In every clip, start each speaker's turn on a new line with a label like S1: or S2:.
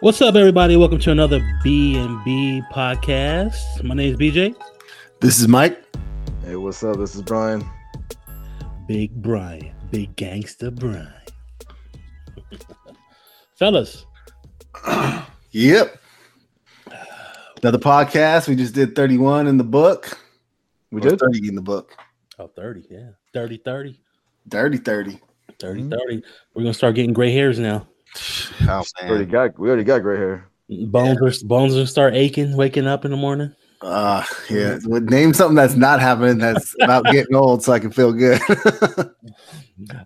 S1: What's up, everybody? Welcome to another B and B podcast. My name is BJ,
S2: This is Mike.
S3: Hey, what's up? This is Brian.
S1: Big Brian, Big Gangster Brian. Fellas,
S2: Yep. Another podcast. We just did 31 in the book.
S3: We
S2: Or
S3: did?
S2: 30 in the book.
S1: oh 30, yeah, 30, 30,
S2: Dirty 30.
S1: 30,
S3: Mhm.
S1: 30. We're gonna start getting gray hairs now.
S2: Oh,
S3: We already got we already got gray hair.
S1: Bones are bones will start aching, waking up in the morning.
S2: Uh, yeah. Well, Name something that's not happening that's about getting old so I can feel good.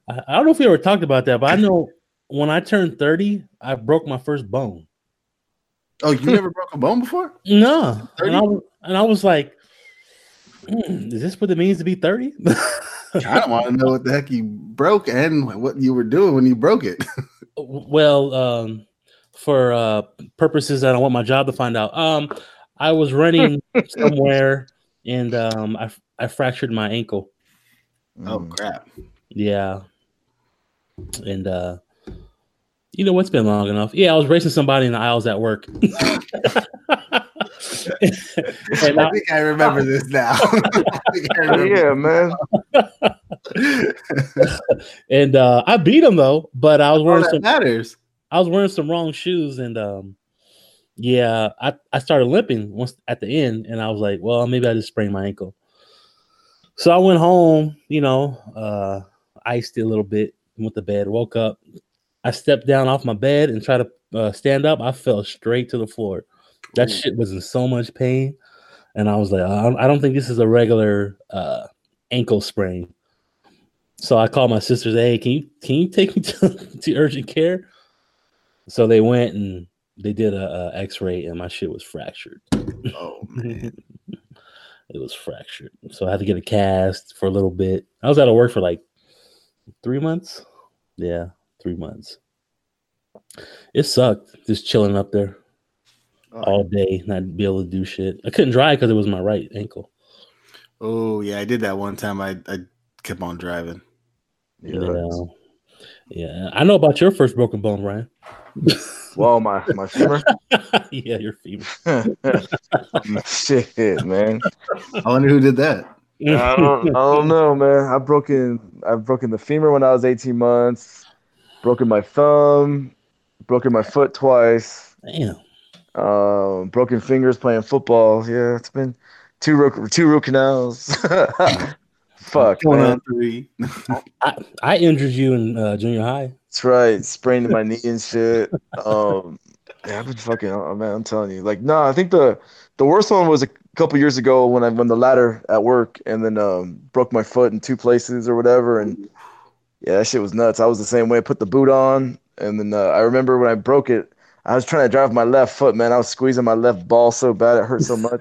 S1: I, I don't know if we ever talked about that, but I know when I turned 30, I broke my first bone.
S2: oh, you never broke a bone before?
S1: No, and
S2: 30?
S1: I, was- and I was like, "Hmm, is this what it means to be 30?
S2: I don't want to know what the heck you broke and what you were doing when you broke it.
S1: well, um, for uh, purposes that I want my job to find out, um, I was running somewhere and um, I, I fractured my ankle.
S2: Oh,
S3: Mm.
S2: crap.
S1: Yeah. And uh, you know what's been long enough? Yeah, I was racing somebody in the aisles at work. And
S2: I
S1: I-
S2: think I remember this now. I think I
S3: Oh,
S2: remember.
S3: yeah, man.
S1: and uh, I beat him though, but I was
S2: All
S1: wearing
S2: that
S1: some
S2: matters.
S1: I was wearing some wrong shoes and um yeah, I, I started limping once at the end and I was like, well, maybe I just sprained my ankle. So I went home, you know, uh iced it a little bit, went to bed, woke up. I stepped down off my bed and tried to uh, stand up. I fell straight to the floor. That
S2: Ooh.
S1: shit was in so much pain. And I was like, I don't- I don't think this is a regular uh ankle sprain. So I called my sisters, hey, can you can you take me to, to urgent care? So they went and they did a, a X-ray, and my shit was fractured.
S2: Oh, man.
S1: it was fractured, so I had to get a cast for a little bit. I was out of work for like three months. Yeah, three months. It sucked just chilling up there all day, not be able to do shit. I couldn't drive because it was my right ankle.
S2: Oh yeah, I did that one time. I, I kept on driving.
S1: Yeah,
S3: Yeah.
S1: uh, yeah. I know about your first broken bone, Ryan.
S3: Well, my my femur.
S1: yeah, your fever.
S3: Shit, man.
S2: I wonder who did that.
S3: I don't, I don't know, man. I've broken I've broken the femur when I was 18 months. Broken my thumb. Broken my foot twice.
S1: Damn.
S3: Um, broken fingers playing football. Yeah, it's been two root two root canals. Fuck,
S2: Going
S3: man.
S2: on oh three.
S1: I, I injured you in uh, junior high.
S3: That's right, sprained my knee and shit. Um, yeah, I've been fucking. Oh, man, I'm telling you, like, nah. I think the the worst one was a couple years ago when I went the ladder at work and then um, broke my foot in two places or whatever. And yeah, that shit was nuts. I was the same way. I put the boot on, and then uh, I remember when I broke it, I was trying to drive my left foot. Man, I was squeezing my left ball so bad it hurt so much.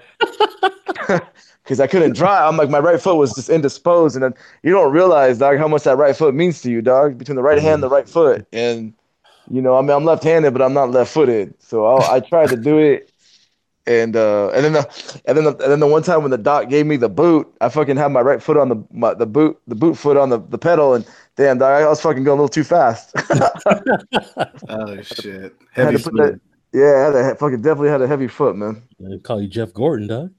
S3: Because I couldn't drive. I'm like, my right foot was just indisposed. And then you don't realize, dog, how much that right foot means to you, dog, between the right hand and the right foot. And, you know, I mean, I'm left handed, but I'm not left footed. So I, I tried to do it. And uh, and then the, and then the, and then the one time when the doc gave me the boot, I fucking had my right foot on the my, the boot the boot foot on the, the pedal, and damn, dog, I was fucking going a little too fast.
S2: Oh shit.
S3: I had
S2: Heavy
S3: to put that-
S2: smooth.
S3: yeah, I had a, fucking definitely had a heavy foot, man.
S1: They call you Jeff Gordon, dog.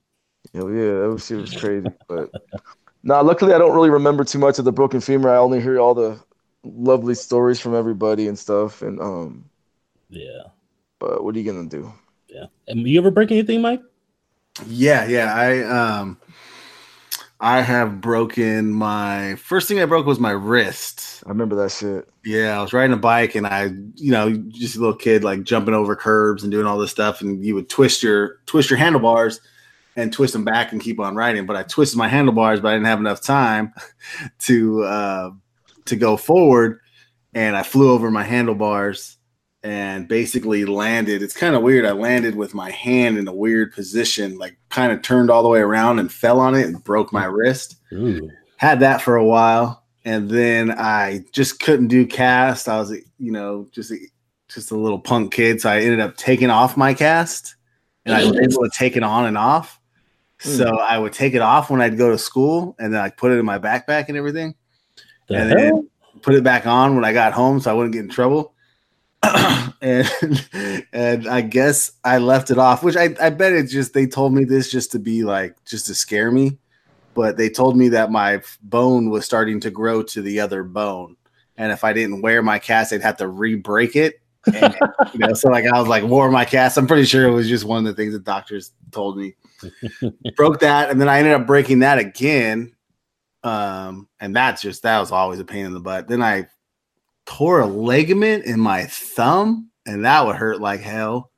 S3: Hell yeah, that was, shit was crazy. But nah, luckily I don't really remember too much of the broken femur. I only hear all the lovely stories from everybody and stuff. And um,
S1: Yeah.
S3: but what are you gonna do?
S1: And you ever break anything, Mike?
S2: Yeah, yeah. I um I have broken my first thing I broke was my wrist.
S3: I remember that shit.
S2: Yeah, I was riding a bike and I, you know, just a little kid like jumping over curbs and doing all this stuff, and you would twist your twist your handlebars and twist them back and keep on riding. But I twisted my handlebars, but I didn't have enough time to uh, to go forward, and I flew over my handlebars and basically landed. It's kind of weird. I landed with my hand in a weird position, like kind of turned all the way around and fell on it and broke my wrist
S1: Ooh.
S2: had that for a while and then i just couldn't do cast i was you know just a, just a little punk kid so i ended up taking off my cast and i was able to take it on and off so i would take it off when i'd go to school and then i put it in my backpack and everything
S1: The
S2: And then-
S1: hell?
S2: put it back on when i got home so i wouldn't get in trouble and and I guess I left it off, which I, I bet it's just they told me this just to be like just to scare me, but they told me that my f- bone was starting to grow to the other bone, and if I didn't wear my cast, they'd have to re-break it. And, you know, so like I was like wore my cast. I'm pretty sure it was just one of the things the doctors told me. Broke that, and then I ended up breaking that again. Um, and that's just that was always a pain in the butt. Then I tore a ligament in my thumb, and that would hurt like hell.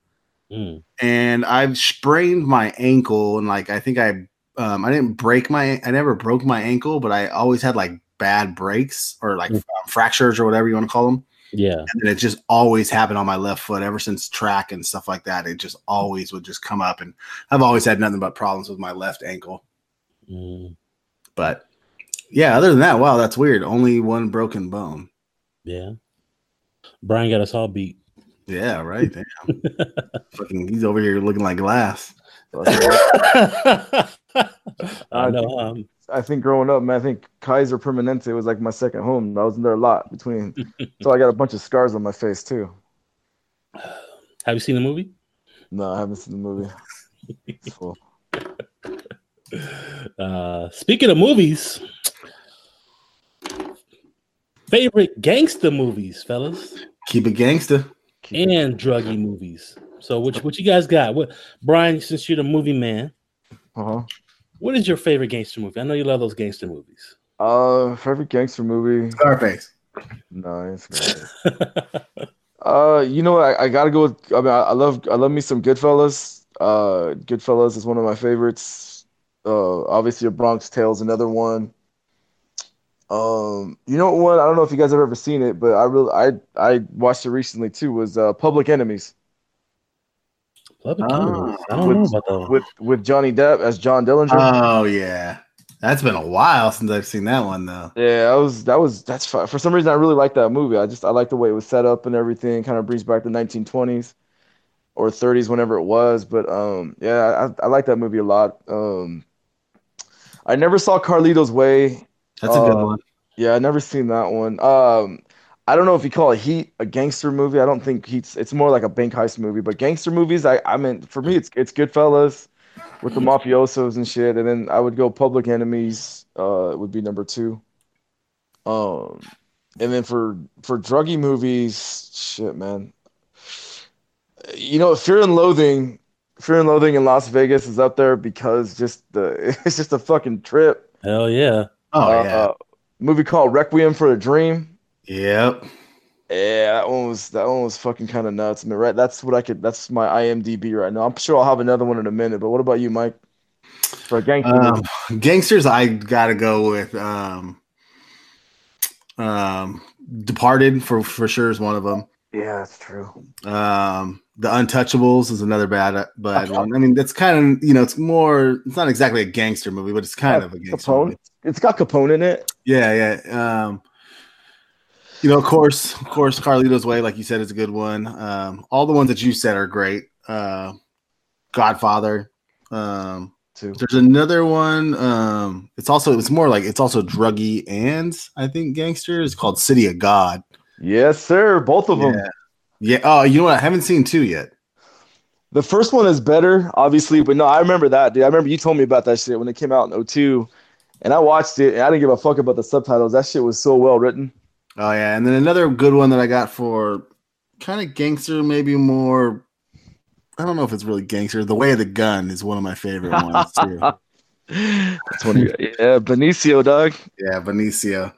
S1: Mm.
S2: And I've sprained my ankle, and like I think I, um, I didn't break my, I never broke my ankle, but I always had like bad breaks or like
S1: Mm.
S2: um, fractures or whatever you want to call them.
S1: Yeah.
S2: And then it just always happened on my left foot ever since track and stuff like that. It just always would just come up, and I've always had nothing but problems with my left ankle.
S1: Mm.
S2: But yeah, other than that, wow, that's weird. Only one broken bone.
S1: Yeah. Brian got us all beat.
S2: Yeah, right. Damn. Fucking, he's over here looking like glass.
S1: I know. Um,
S3: I think growing up, man, I think Kaiser Permanente was like my second home. I was in there a lot between, so I got a bunch of scars on my face too.
S1: have you seen the movie?
S3: No, I haven't seen the movie. It's full.
S1: Uh, speaking of movies, favorite gangster movies, fellas,
S2: Keep it gangster.
S3: Keep it-
S1: and druggy movies. So, which what you guys got? What Brian? Since you're the movie man,
S3: Uh-huh.
S1: what is your favorite gangster movie? I know you love those gangster movies.
S3: Uh, favorite gangster movie?
S2: Scarface.
S3: No, it's great. Uh, you know, what? I, I gotta go with. I mean, I, I love, I love me some Goodfellas. Uh, Goodfellas is one of my favorites. Uh, obviously, A Bronx Tale's another one. Um, you know what? I don't know if you guys have ever seen it, but I really, I, I watched it recently too. Was uh, Public Enemies
S1: Love it.
S2: Ah,
S1: I don't know
S3: with-
S1: about those.
S3: with with Johnny Depp as John Dillinger.
S2: Oh yeah, that's been a while since I've seen that one though.
S3: Yeah, I was that was that's fi- for some reason I really like that movie. I just I like the way it was set up and everything. Kind of brings back the 1920s or 30s, whenever it was. But um, yeah, I, I like that movie a lot. Um, I never saw Carlito's Way.
S2: That's a
S3: Uh,
S2: good one.
S3: Yeah, I never seen that one. Um, I don't know if you call it Heat a gangster movie. I don't think Heat's. It's more like a bank heist movie. But gangster movies, I I mean, for me, it's it's Goodfellas with the mafiosos and shit. And then I would go Public Enemies. Uh, would be number two. Um, and then for for druggy movies, shit, man. You know, Fear and Loathing, Fear and Loathing in Las Vegas is up there because just the it's just a fucking trip
S1: Hell yeah.
S2: Oh
S3: uh,
S2: yeah,
S3: movie called Requiem for a Dream.
S2: yep.
S3: Yeah, that one was that one was fucking kind of nuts. I mean, right? That's what I could. That's my IMDb right now. I'm sure I'll have another one in a minute. But what about you, Mike? For a gangster
S2: Um,
S3: movie.
S2: gangsters, I gotta go with um, um, Departed for for sure is one of them.
S3: Yeah, that's true.
S2: Um, The Untouchables is another bad bad one. I mean, that's kind of you know, it's more. It's not exactly a gangster movie, but it's kind of a gangster.
S3: Capone.
S2: movie.
S3: It's got Capone in it.
S2: Yeah, yeah. Um, you know, of course, of course, Carlito's Way, like you said, is a good one. Um, all the ones that you said are great. Uh, Godfather. Um,
S3: Too.
S2: there's another one. Um, it's also it's more like it's also druggy and I think gangster. It's called City of God.
S3: Yes, sir. Both of them.
S2: Yeah. Yeah. Oh, you know what? I haven't seen two yet.
S3: The first one is better, obviously, but no, I remember that, dude. I remember you told me about that shit when it came out in 02, and I watched it, and I didn't give a fuck about the subtitles. That shit was so well written.
S2: Oh yeah, and then another good one that I got for kind of gangster, maybe more. I don't know if it's really gangster. The Way of the Gun is one of my favorite ones too.
S3: That's one of your- yeah, Benicio, dog.
S2: Yeah, Benicio.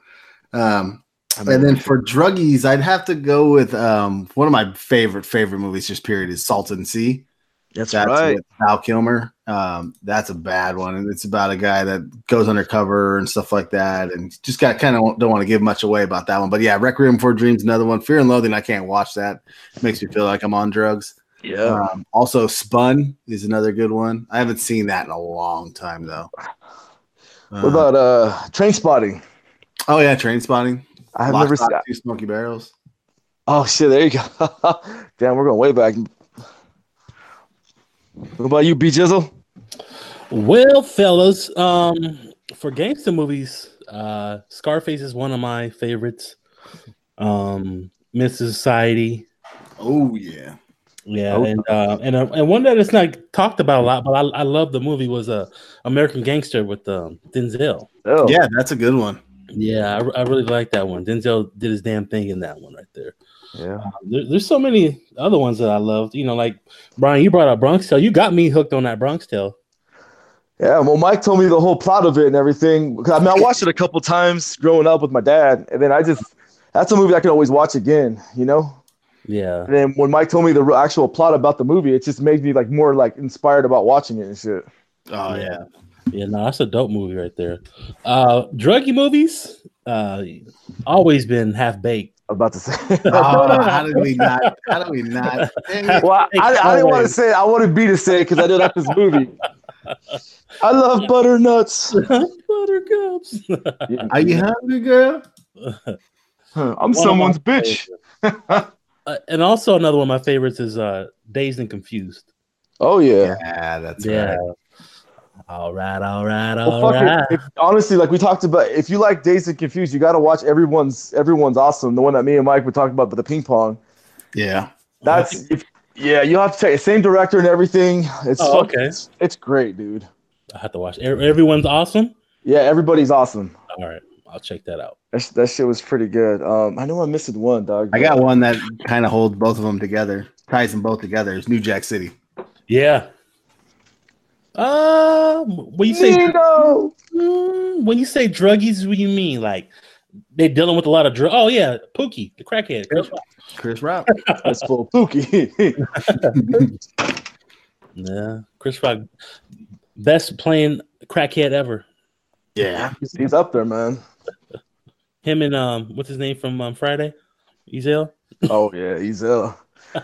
S2: Um, and then for druggies, I'd have to go with um, one of my favorite favorite movies. Just period is Salt and Sea.
S3: that's
S2: That's
S3: right.
S2: with Val Kilmer. Um, that's a bad one, and it's about a guy that goes undercover and stuff like that. And just got kind of don't want to give much away about that one. But yeah, Requiem for a Dreams, another one. Fear and Loathing, I can't watch that. makes me feel like I'm on drugs.
S3: Yeah.
S2: Um, also, Spun is another good one. I haven't seen that in a long time though.
S3: What
S2: Uh,
S3: about uh train spotting?
S2: oh yeah, Train Spotting.
S3: I've
S2: Lock,
S3: never seen.
S2: Stock, two smoky barrels.
S3: Oh shit! There you go. Damn, we're going way back. What about you, B Jizzle?
S1: Well, fellas, um, for gangster movies, uh, Scarface is one of my favorites. Um, Miss Society,
S2: Oh yeah.
S1: Yeah, and uh, and uh, and one that is not talked about a lot, but I, I love the movie was uh, American Gangster with um, Denzel.
S3: Oh,
S2: Yeah, that's a good one.
S1: Yeah, I, I really like that one. Denzel did his damn thing in that one right there.
S3: yeah.
S1: there. There's so many other ones that I loved. You know, like Brian, you brought up Bronx Tale. You got me hooked on that Bronx Tale.
S3: Yeah, well, Mike told me the whole plot of it and everything. 'Cause, I mean, I watched it a couple times growing up with my dad, and then I just that's a movie I can always watch again, you know.
S1: Yeah,
S3: And then when Mike told me the real- actual plot about the movie, it just made me like more like inspired about watching it and shit.
S2: Oh yeah.
S1: yeah, no, that's a dope movie right there. Uh, druggy movies, uh, always been half baked.
S3: About to say,
S2: Oh, how did we not? How did we not? Dang it.
S3: well, I, I didn't want to say it. I wanted B to say it because I did like this movie. I love butternuts.
S1: Buttercups.
S2: Are you hungry, girl?
S3: I'm
S1: my
S3: someone's bitch.
S1: Uh, and also another one of my favorites is uh, Dazed and Confused.
S3: Oh yeah.
S2: Yeah, that's
S1: Yeah.
S2: right.
S1: All right, all right,
S3: Well,
S1: all
S3: fuck it.
S1: right.
S3: If- honestly, like we talked about, if you like Dazed and Confused, you got to watch everyone's everyone's awesome. The one that me and Mike were talking about, but the ping pong.
S2: Yeah.
S3: That's if, yeah, you have to check. Same director and everything. It's
S1: Oh,
S3: fucking-
S1: okay.
S3: It's, it's great, dude.
S1: I have to watch. E- Everyone's awesome.
S3: Yeah, everybody's awesome.
S1: All right, I'll check that out.
S3: That, sh- that shit was pretty good. Um, I know I'm missing one, dog.
S2: I got one that kind of holds both of them together, ties them both together. It's New Jack City.
S1: Yeah. Uh, when you say
S3: You know,
S1: Mm, when you say druggies, what do you mean? Like they dealing with a lot of drug? Oh yeah, Pookie, the crackhead.
S2: Chris Rock.
S3: that's full pookie.
S1: Yeah, Chris Rock, best playing crackhead ever.
S2: yeah.
S3: he's, he's up there, man.
S1: Him and um, what's his name from um, Friday? Ezel.
S3: Oh yeah, he's ill.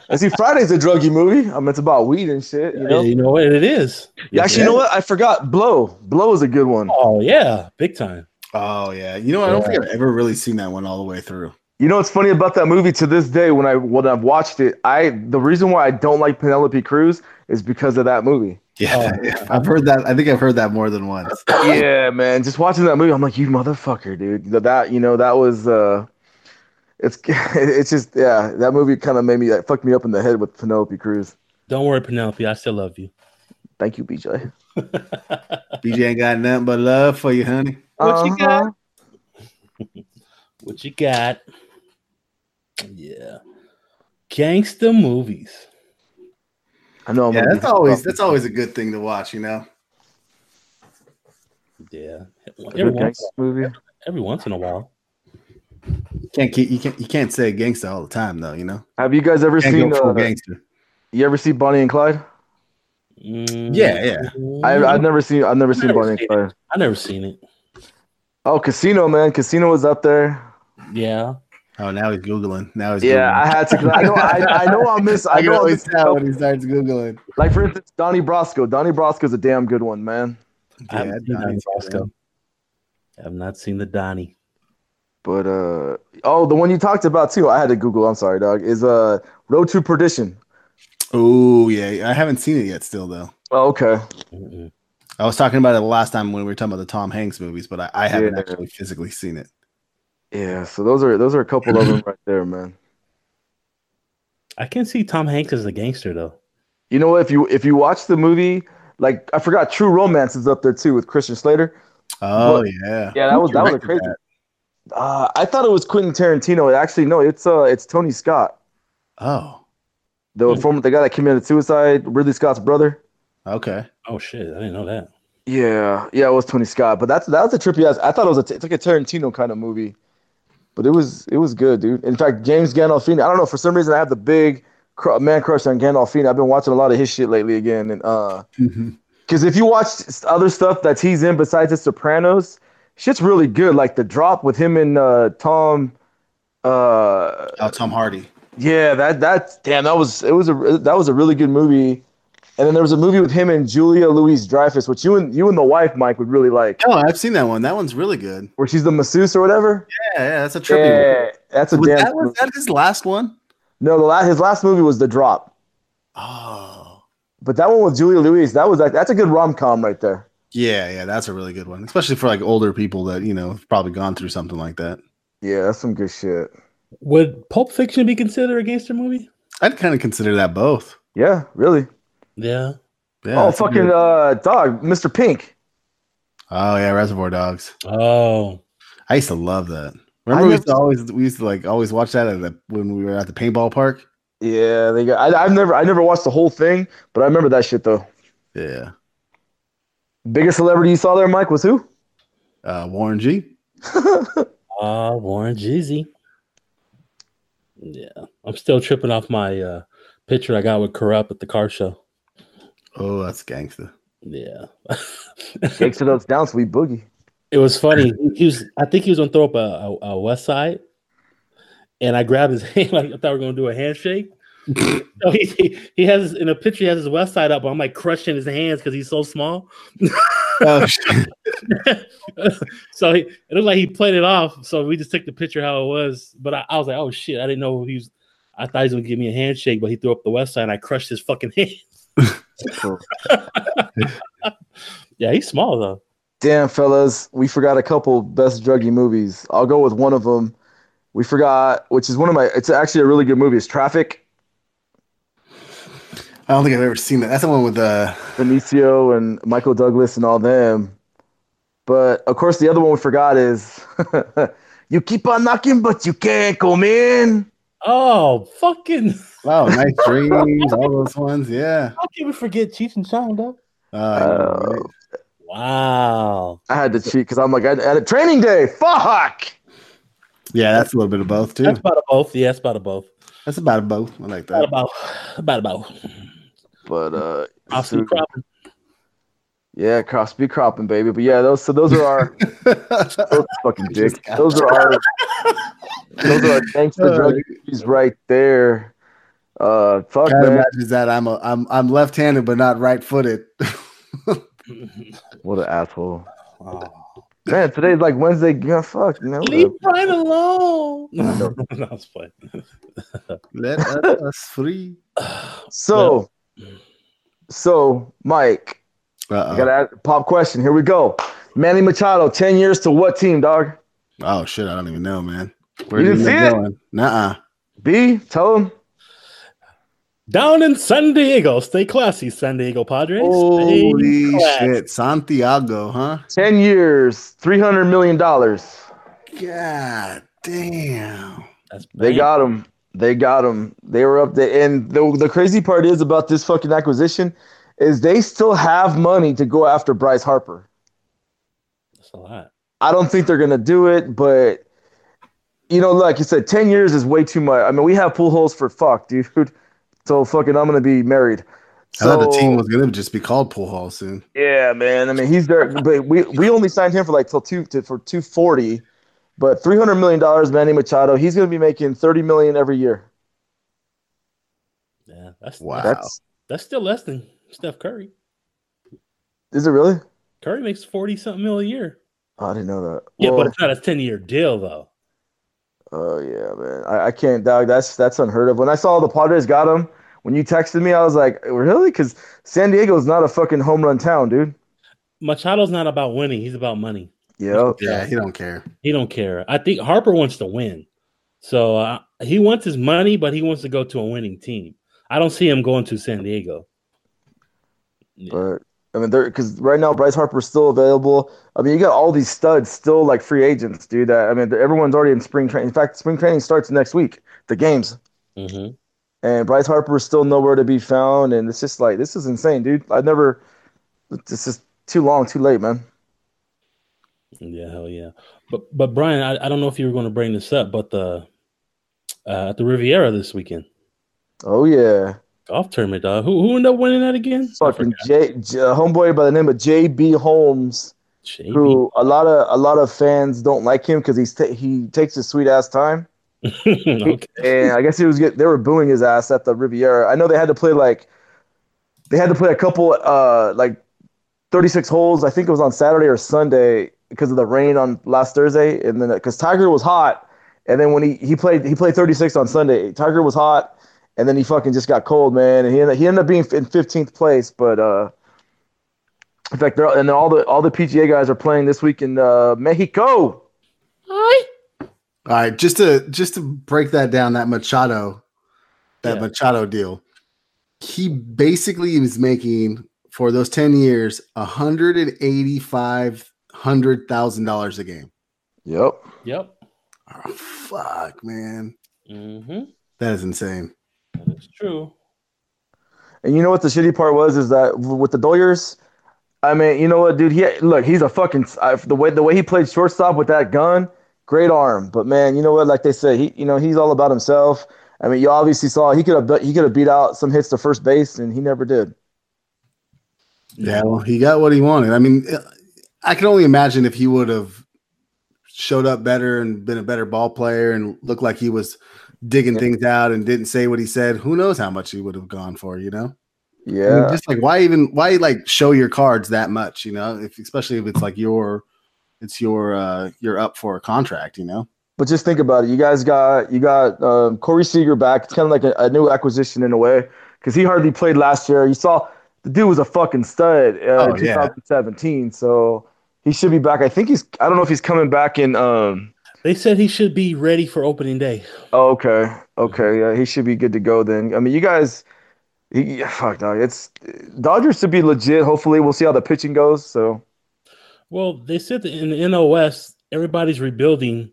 S3: And see, Friday's a druggy movie. I mean, it's about weed and shit. You know.
S1: You know what it is?
S3: Yeah, actually, you know what? I forgot. Blow. Blow is a good one.
S1: Oh yeah, big time.
S2: Oh yeah. You know, I don't think I've ever really seen that one all the way through.
S3: You know what's funny about that movie to this day when I when I've watched it, I the reason why I don't like Penelope Cruz is because of that movie.
S2: Yeah.
S1: Oh,
S2: I've heard that. I think I've heard that more than once.
S3: yeah, man. Just watching that movie, I'm like, you motherfucker, dude. That- That you know, that was uh it's it's just yeah, that movie kind of made me like, fucked me up in the head with Penelope Cruz.
S1: Don't worry, Penelope. I still love you.
S3: Thank you, BJ.
S2: BJ ain't got nothing but love for you, honey.
S1: What you got?
S3: Uh-huh.
S1: What you got? Yeah, gangster movies.
S3: I know. I'm
S2: Yeah,
S3: gonna
S2: that's
S3: be-
S2: always that's always a good thing to watch, you know.
S1: Yeah,
S3: a
S1: every
S3: good
S1: once,
S3: gangster movie.
S1: every once in a while.
S2: Can't keep, you can't you can't say gangster all the time though, you know.
S3: Have you guys ever
S2: Can't go
S3: seen?
S2: full
S3: Uh,
S2: gangster.
S3: you ever see Bonnie and Clyde?
S1: Mm.
S2: Yeah, yeah.
S3: I, I've never seen. I've Mm. never seen
S1: Never
S3: Bonnie and
S1: seen it.
S3: Clyde.
S1: I never seen it.
S3: Oh, Casino, man. Casino was up there.
S1: Yeah.
S2: Oh, now he's googling. Now he's
S3: Yeah,
S2: Googling.
S3: I had to. 'cause I know. I, I know. I'll miss.
S2: I,
S3: I
S2: can
S3: know. I'll
S2: always
S3: miss a
S2: tell
S3: couple-
S2: when he starts googling.
S3: like for instance, Donnie Brasco. Donnie Brasco's a damn good one, man.
S1: I haven't seen Donnie
S2: Donnie's good,
S1: Brasco. I have not seen the Donnie.
S3: But uh, oh, the one you talked about too. I had to Google. I'm sorry, dog. Is uh, Road to Perdition.
S2: Oh yeah, I haven't seen it yet. Still though,
S3: Oh, okay.
S1: Mm-mm.
S2: I was talking about it the last time when we were talking about the Tom Hanks movies, but I, I haven't
S3: Yeah.
S2: actually physically seen it.
S3: Yeah. So those are those are a couple of them right there, man.
S1: I can see Tom Hanks as a gangster though.
S3: You know what? If you if you watch the movie, like I forgot, True Romance is up there too with Christian Slater.
S2: Oh
S3: Well,
S2: yeah,
S3: Yeah, that was that was a
S2: directed
S3: crazy.
S2: that?
S3: Uh, I thought it was Quentin Tarantino. Actually, no, it's uh, it's Tony Scott,
S2: Oh
S3: the former the guy that committed suicide, Ridley Scott's brother.
S2: okay.
S1: Oh shit! I didn't know that.
S3: Yeah, yeah, it was Tony Scott, but that's that was a trippy ass. I thought it was a t- it's like a Tarantino kind of movie, but it was it was good, dude. In fact, James Gandolfini. I don't know for some reason I have the big cr- man crush on Gandolfini. I've been watching a lot of his shit lately again, and uh, because if you watch s- other stuff that he's in besides The Sopranos, shit's really good. Like the drop with him and uh, Tom. Uh,
S2: Oh, Tom Hardy.
S3: yeah, that that damn that was it was a that was a really good movie. And then there was a movie with him and Julia Louise Dreyfus, which you and you and the wife Mike would really like,
S2: Oh, I've seen that one. That one's really good.
S3: where she's the masseuse or whatever.
S2: Yeah, yeah, that's a trippy. one.
S3: that's a
S2: Was
S3: damn.
S2: that, was that his last one?
S3: no, the la- his last movie was The Drop,
S2: Oh
S3: but that one with Julia Louise, that was like that's a good rom com right there.
S2: yeah, yeah, that's a really good one, especially for like older people that you know have probably gone through something like that.
S3: Yeah, that's some good shit.
S1: Would Pulp Fiction be considered a gangster movie?
S2: I'd kind of consider that both.
S3: Yeah, really.
S1: Yeah.
S2: Yeah,
S3: oh,
S2: that's a
S3: fucking
S2: good-
S3: uh, dog, Mr. Pink.
S2: oh yeah, Reservoir Dogs.
S1: Oh,
S2: I used to love that.
S3: I
S2: Remember, we
S3: never-
S2: used to always we used to like always watch that at the, when we were at the paintball park.
S3: Yeah, they got. I, I've never, I never watched the whole thing, but I remember that shit though.
S2: Yeah,
S3: Biggest celebrity you saw there, Mike, was who?
S2: uh, Warren G.
S1: uh, Warren Jeezy. Yeah, I'm still tripping off my uh, picture I got with Corrupt at the car show.
S2: Oh, that's gangster.
S1: Yeah,
S3: Shakes it up, down, sweet boogie.
S1: it was funny. He was, I think he was gonna throw up a, a, a West Side, and I grabbed his hand. Like I thought we were gonna do a handshake. so he, he he has in a picture he has his West Side up, but I'm like crushing his hands because he's so small.
S2: Oh, shit.
S1: so he, it looked like he played it off. So we just took the picture how it was. But I, I was like, oh shit, I didn't know he was. I thought he was gonna give me a handshake, but he threw up the West Side, and I crushed his fucking hand. yeah, he's small though.
S3: Damn, fellas, we forgot a couple best druggy movies. I'll go with one of them. We forgot, which is one of my. It's actually a really good movie. It's Traffic,
S2: I don't think I've ever seen that. That's the one with uh,
S3: Benicio, and Michael Douglas, and all them. But of course, the other one we forgot is you keep on knocking, but you can't come in.
S1: Oh fucking!
S2: wow, oh, nice dreams, all those ones. Yeah.
S1: How can we forget Cheech and Chong though?
S2: Uh,
S3: Uh,
S1: Wow.
S3: I had to cheat because I'm like, I had a training day. Fuck.
S2: yeah, that's a little bit of both too.
S1: That's about a both. Yeah, that's about a both.
S2: That's about it, both. I like
S1: About
S2: that.
S1: about about about.
S3: But uh,
S1: I'll see
S3: so-
S1: Crawford.
S3: yeah, cross be cropping, baby. But yeah, those so those are our those fucking dick.
S2: Just got-
S3: Those are our those are our thanks for drug movies right there. Uh, fuck
S2: God
S3: man,
S2: imagines that I'm a I'm I'm left-handed but not right-footed.
S3: what an asshole.
S1: Oh.
S3: Man, today's like Wednesday. Yeah, fuck. You know,
S1: Leave
S3: uh,
S1: Brian alone. no, I was playing.
S2: Let us, us free.
S3: so so Mike, I
S2: Uh
S3: gotta ask, pop question. Here we go. Manny Machado, ten years to what team, dog?
S2: oh shit, I don't even know, man.
S3: You
S2: did
S3: didn't
S2: they
S3: see it?
S2: going? Nuh-uh.
S3: B, tell him.
S1: Down in San Diego, stay classy, San Diego Padres. Stay
S2: Holy
S1: classy.
S2: shit, Santiago, huh?
S3: Ten years, three hundred million dollars.
S2: God damn.
S1: That's
S3: They
S1: bad.
S3: got him. They got him. They were up there. And the, the crazy part is about this fucking acquisition is they still have money to go after Bryce Harper.
S1: That's a lot.
S3: I don't think they're gonna do it, but you know, like you said, ten years is way too much. I mean, we have pool holes for fuck, dude. So fucking, I'm gonna be married.
S2: I thought the
S3: So-
S2: team was gonna just be called Pool Hall soon.
S3: Yeah, man. I mean, he's there, but we we only signed him for like till two to, for two forty, but three hundred million dollars, Manny Machado. He's gonna be making thirty million every year.
S1: Yeah, that's
S2: Wow.
S3: That's
S1: that's still less than Steph Curry.
S3: is it really?
S1: Curry makes forty something mil a year.
S3: Oh, I didn't know that.
S1: Yeah,
S3: Well-
S1: but it's not a ten year deal though.
S3: Oh yeah, man. I, I can't dog. That's that's unheard of. When I saw the Padres got him, when you texted me, I was like, really? Because San Diego's not a fucking home run town, dude.
S1: Machado's not about winning; he's about money.
S3: Yeah.
S2: Yeah, he don't care.
S1: He don't care. I think Harper wants to win, so uh, he wants his money, but he wants to go to a winning team. I don't see him going to San Diego.
S3: But I mean, they're because right now Bryce Harper's still available. I mean, you got all these studs still like free agents, dude. That I mean, everyone's already in spring training. In fact, spring training starts next week. The games.
S1: Mhm.
S3: and Bryce Harper is still nowhere to be found. And it's just like this is insane, dude. I never. This is too long, too late, man.
S1: Yeah, hell yeah. But but Brian, I, I don't know if you were going to bring this up, but the uh, at the Riviera this weekend
S3: Oh yeah,
S1: golf tournament, dog. Who who ended up winning that again? I
S3: fucking
S1: forgot.
S3: J, J, a homeboy by the name of J.B. Holmes,
S1: JB.
S3: who a lot of a lot of fans don't like him because he's ta he takes his sweet ass time.
S1: okay.
S3: And I guess he was get, they were booing his ass at the Riviera. I know they had to play like they had to play a couple uh like 36 holes. I think it was on Saturday or Sunday because of the rain on last Thursday and then cuz Tiger was hot and then when he he played he played 36 on Sunday. Tiger was hot and then he fucking just got cold, man. And he ended, he ended up being in 15th place, but uh in fact, they're, and then all the all the PGA guys are playing this week in uh, Mexico.
S2: All right, just to just to break that down, that Machado that
S1: Yeah.
S2: Machado deal, he basically was making for those 10 years $185,000 a game.
S3: Yep.
S1: Yep.
S2: Oh, fuck, man.
S1: Mm-hmm.
S2: That is insane.
S1: That's true.
S3: And you know what the shitty part was is that with the Doyers, I mean, you know what, dude? He look, he's a fucking I, the way the way he played shortstop with that gun, great arm. But man, you know what? Like they say, he you know he's all about himself. I mean, you obviously saw he could have he could have beat out some hits to first base, and he never did.
S2: Yeah, well, he got what he wanted. I mean, uh, I can only imagine if he would have showed up better and been a better ball player and looked like he was digging
S3: Yeah.
S2: things out and didn't say what he said. Who knows how much he would have gone for, you know? I mean,
S3: Yeah,
S2: just like why even why like show your cards that much, you know? If especially if it's like your it's your uh you're up for a contract, you know?
S3: But just think about it. You guys got you got um, Corey Seager back. It's kind of like a, a new acquisition in a way because he hardly played last year. You saw the dude was a fucking stud uh,
S2: Oh,
S3: in
S2: yeah.
S3: 2017. So he should be back. I think he's. I don't know if he's coming back in. Um.
S1: They said he should be ready for opening day.
S3: Oh, okay. Okay. Yeah, he should be good to go then. I mean, you guys. He, yeah, fuck dog. It's Dodgers should be legit. Hopefully, we'll see how the pitching goes. So
S1: Well, they said that in the NOS, everybody's rebuilding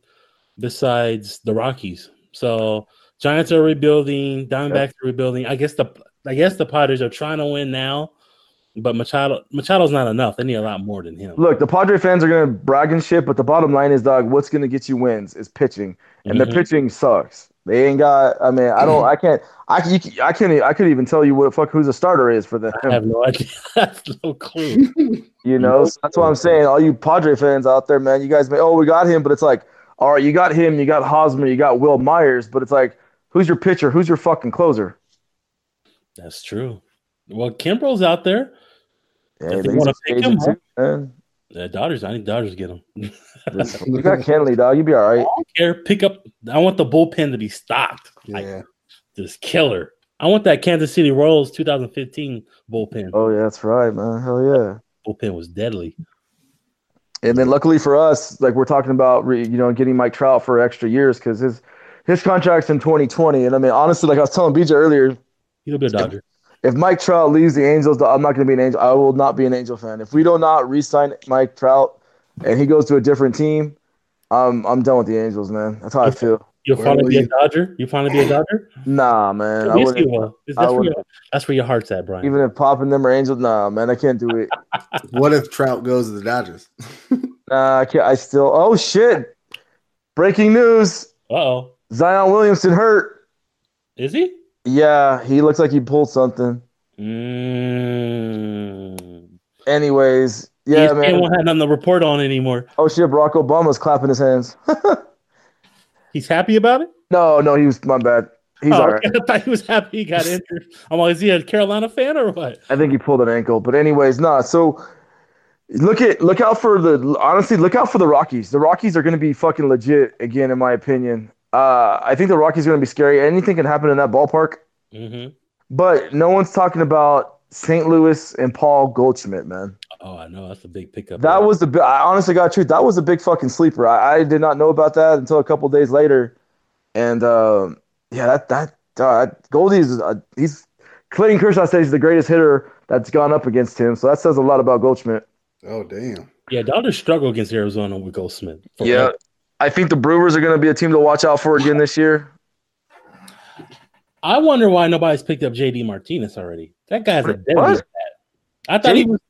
S1: besides the Rockies. So Giants are rebuilding, Diamondbacks are rebuilding. I guess the I guess the Potters are trying to win now, but Machado Machado's not enough. They need a lot more than him.
S3: look, the Padre fans are gonna brag and shit, but the bottom line is, dog, what's gonna get you wins is pitching. and
S1: Mhm.
S3: their pitching sucks. They ain't got. I mean, I don't. I can't. I can- you can- I can't. I could even tell you what the fuck who's a starter is for them.
S1: Mm-hmm. I have no idea. I have no clue.
S3: You know, so that's what I'm saying. All you Padre fans out there, man, you guys may. Oh, we got him, but it's like, all right, you got him, you got Hosmer, you got Will Myers, but it's like, who's your pitcher? Who's your fucking closer?
S1: That's true. Well, Kimbrel's out there.
S3: Yeah,
S1: they
S3: he's
S1: wanna
S3: a
S1: pick
S3: agent
S1: him, huh?
S3: too, man.
S1: Uh, Dodgers, I think Dodgers get him. I
S3: You got Kenley, dog. You be all right.
S1: don't care. Pick up. I want the bullpen to be stocked. Like,
S2: yeah.
S1: just killer. I want that Kansas City Royals 2015 bullpen.
S3: Oh yeah, that's right, man. Hell yeah.
S1: Bullpen was deadly.
S3: And then luckily for us, like we're talking about, re, you know, getting Mike Trout for extra years because his his contract's in 2020. And I mean, honestly, like I was telling BJ earlier,
S1: He'll be a Dodger.
S3: if Mike Trout leaves the Angels, I'm not going to be an Angel. I will not be an Angel fan. If we do not re-sign Mike Trout and he goes to a different team, I'm I'm done with the Angels, man. That's how I feel.
S1: You'll
S2: Where
S1: finally
S2: will
S1: be a
S2: you-
S1: Dodger. You finally be a Dodger.
S3: Nah, man.
S1: yes,
S3: I
S1: you
S3: wouldn't,
S1: will. That's,
S3: I
S1: where
S3: wouldn't.
S1: your, that's where your heart's at, Brian.
S3: even if popping them are Angels, nah, man. I can't do it.
S2: What if Trout goes to the Dodgers?
S3: Nah, I can't. I still. Oh shit! Breaking news:
S1: uh oh,
S3: Zion Williamson hurt.
S1: is he?
S3: Yeah, he looks like he pulled something.
S1: Mm. E
S3: Anyways, yeah,
S1: ESPN
S3: man.
S1: won't have nothing to report on anymore.
S3: Oh shit, Barack Obama's clapping his hands.
S1: He's happy about it.
S3: no, no, he was my bad. He's
S1: Oh,
S3: all right.
S1: I thought he was happy he got injured. I'm like, is he a Carolina fan or what?
S3: I think he pulled an ankle, but anyways, nah. So look at look out for the honestly look out for the Rockies. The Rockies are going to be fucking legit again, in my opinion. Uh, I think the Rockies are going to be scary. Anything can happen in that ballpark,
S1: hmm
S3: but no one's talking about St. Louis and Paul Goldschmidt, man.
S1: Oh, I know that's a big pickup.
S3: That was the bi- I honestly got truth. That was a big fucking sleeper. I, I did not know about that until a couple days later, and um, yeah, that that uh, Goldie's uh, he's Clayton Kershaw says he's the greatest hitter that's gone up against him. So that says a lot about Goldschmidt.
S2: oh damn.
S1: yeah. Dodgers struggle against Arizona with Goldsmith. For-
S3: I think the Brewers are going to be a team to watch out for again this year.
S1: I wonder why nobody's picked up JD Martinez already. That guy's a dead.
S3: What?
S1: bat. I thought he was.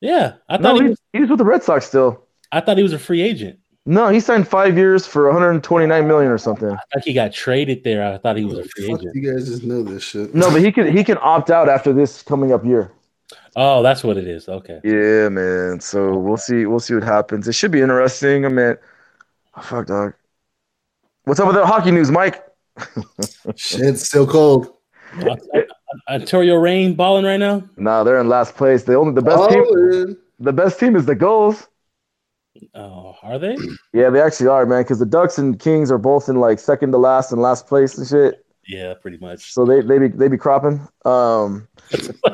S1: Yeah, I thought
S3: No,
S1: he
S3: he's,
S1: was.
S3: he's with the Red Sox still.
S1: I thought he was a free agent.
S3: No, he signed five years for 129 million or something.
S1: I thought he got traded there. I thought he was a free
S2: Fuck,
S1: agent.
S2: you guys just know this shit.
S3: No, but he can he can opt out after this coming up year.
S1: Oh, that's what it is. Okay.
S3: Yeah, man. So we'll see. We'll see what happens. It should be interesting. I mean, oh, fuck, dog. What's up with the hockey news, Mike?
S2: shit's still cold.
S1: Ontario Rain balling right now.
S3: Nah, they're in last place. The only the best
S2: Oh,
S3: team.
S2: man.
S3: The best team is the goals.
S1: Oh, are they?
S3: Yeah, they actually are, man. Because the Ducks and Kings are both in like second to last and last place and shit.
S1: Yeah, pretty much.
S3: So they they be they be cropping. Um,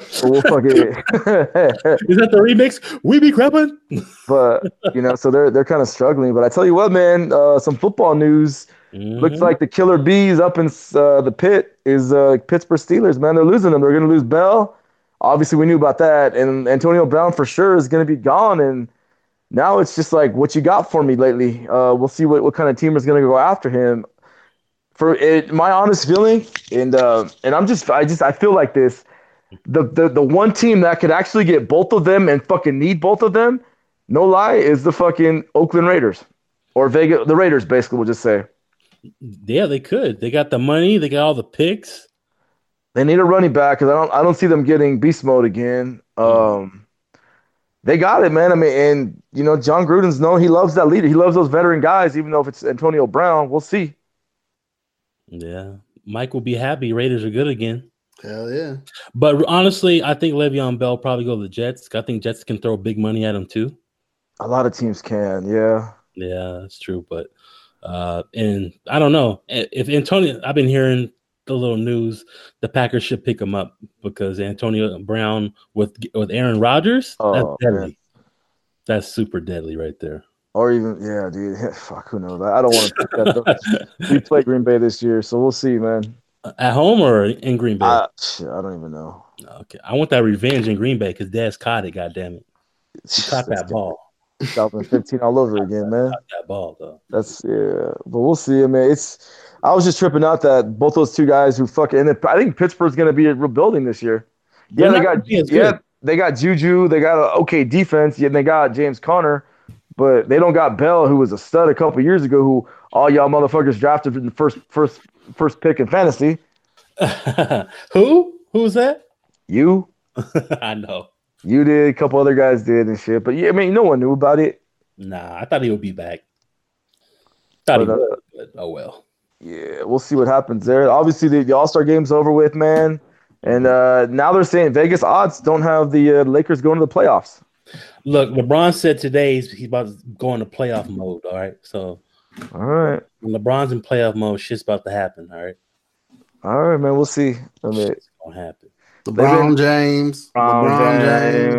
S3: so we'll fucking.
S1: Is that the remix? We be crapping.
S3: but you know, so they're they're kind of struggling. But I tell you what, man, uh, some football news.
S1: Mm-hmm.
S3: Looks like the killer bees up in uh, the pit is uh, Pittsburgh Steelers. Man, they're losing them. They're going to lose Bell. Obviously, we knew about that, and Antonio Brown for sure is going to be gone. And now it's just like, what you got for me lately? Uh, we'll see what, what kind of team is going to go after him. For it, my honest feeling, and uh, and I'm just I just I feel like this. The, the the one team that could actually get both of them and fucking need both of them, no lie, is the fucking Oakland Raiders, or Vegas the Raiders. Basically, we'll just say.
S1: Yeah, they could. They got the money. They got all the picks.
S3: They need a running back because I don't I don't see them getting beast mode again. Um, they got it, man. I mean, and you know, John Gruden's known he loves that leader. He loves those veteran guys, even though if it's Antonio Brown, we'll see.
S1: Yeah, Mike will be happy. Raiders are good again.
S2: Hell yeah.
S1: But honestly, I think Le'Veon Bell probably go to the Jets. I think Jets can throw big money at him too.
S3: A lot of teams can, yeah.
S1: Yeah, that's true. But uh, and I don't know if Antonio. I've been hearing the little news. The Packers should pick him up because Antonio Brown with with Aaron Rodgers.
S3: Oh,
S1: that's deadly.
S3: man.
S1: That's super deadly right there.
S3: Or even yeah, dude. Fuck, who knows? I don't want to. we play Green Bay this year, so we'll see, man.
S1: At home or in Green Bay?
S3: I, shit, I don't even know.
S1: okay, I want that revenge in Green Bay because Dad's caught it. God damn it, he caught
S3: That's
S1: that ball.
S3: 2015 all over again, man.
S1: Caught that ball though.
S3: That's yeah, but we'll see. I mean, it's. I was just tripping out that both those two guys who fucking. And I think Pittsburgh's gonna be rebuilding this year. Yeah,
S1: They're
S3: they
S1: not
S3: got
S1: gonna be as
S3: yeah,
S1: good.
S3: they got Juju. They got a okay defense. Yeah, and they got James Conner, but they don't got Bell, who was a stud a couple years ago. Who all y'all motherfuckers drafted in the first first first pick in fantasy.
S1: Who? Who's that?
S3: You
S1: I know.
S3: you did, a couple other guys did and shit. But yeah, I mean, no one knew about it.
S1: Nah, I thought he would be back. Thought he
S3: But, uh,
S1: would, but oh well.
S3: Yeah, we'll see what happens there. Obviously, the, the All Star game's over with, man. And uh, now they're saying Vegas odds don't have the uh, Lakers going to the playoffs.
S1: Look, LeBron said today he's, he's about to go into playoff mode. All right, so
S3: All right,
S1: when LeBron's in playoff mode, shit's about to happen. All right,
S3: all right, man. We'll see. I mean,
S1: shit's gonna happen.
S2: LeBron James.
S3: LeBron
S2: LeBron James.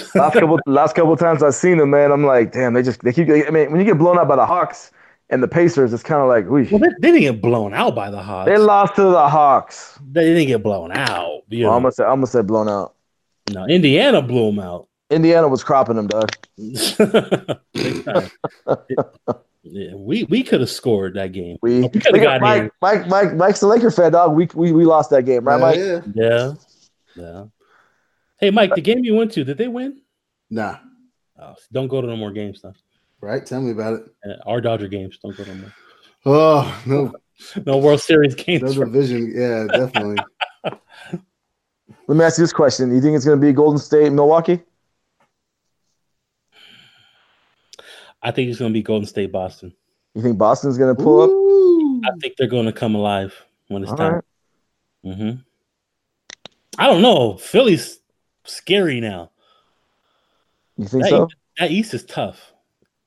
S3: James.
S1: LeBron James.
S3: last couple last couple times I've seen them, man. I'm like, damn, they just they keep. I mean, when you get blown out by the Hawks and the Pacers, it's kind of like,
S1: well,
S3: we
S1: they, they didn't get blown out by the Hawks.
S3: they
S1: They,
S3: lost to the Hawks.
S1: didn't get blown out. You
S3: I
S1: know.
S3: almost said, I almost said blown out.
S1: no, Indiana blew them out.
S3: Indiana was cropping them, dog.
S1: Big time. yeah, we we could have scored that game.
S3: We,
S1: We coulda
S3: look at
S1: got in.
S3: Mike, Mike, Mike, Mike's the Laker fan, dog. We, we, we lost that game, right,
S2: Hell
S3: Mike?
S2: yeah.
S1: Yeah, yeah. Hey, Mike, the game you went to, did they win?
S2: Nah.
S1: Oh, don't go to no more games, stuff.
S2: Right? Tell me about it.
S1: Our Dodger games, don't go no more.
S2: Oh, no.
S1: No World Series
S2: No
S1: games.
S2: division. Yeah, definitely.
S3: Let me ask you this question: You think it's going to be Golden State, Milwaukee?
S1: I think it's going to be Golden State Boston.
S3: You think Boston's going to pull up?
S2: Ooh.
S1: I think they're going to come alive when it's
S3: Hmm. All
S1: time.
S3: right.
S1: hmm I don't know. Philly's scary now.
S3: You think
S1: That,
S3: so?
S1: that East is tough.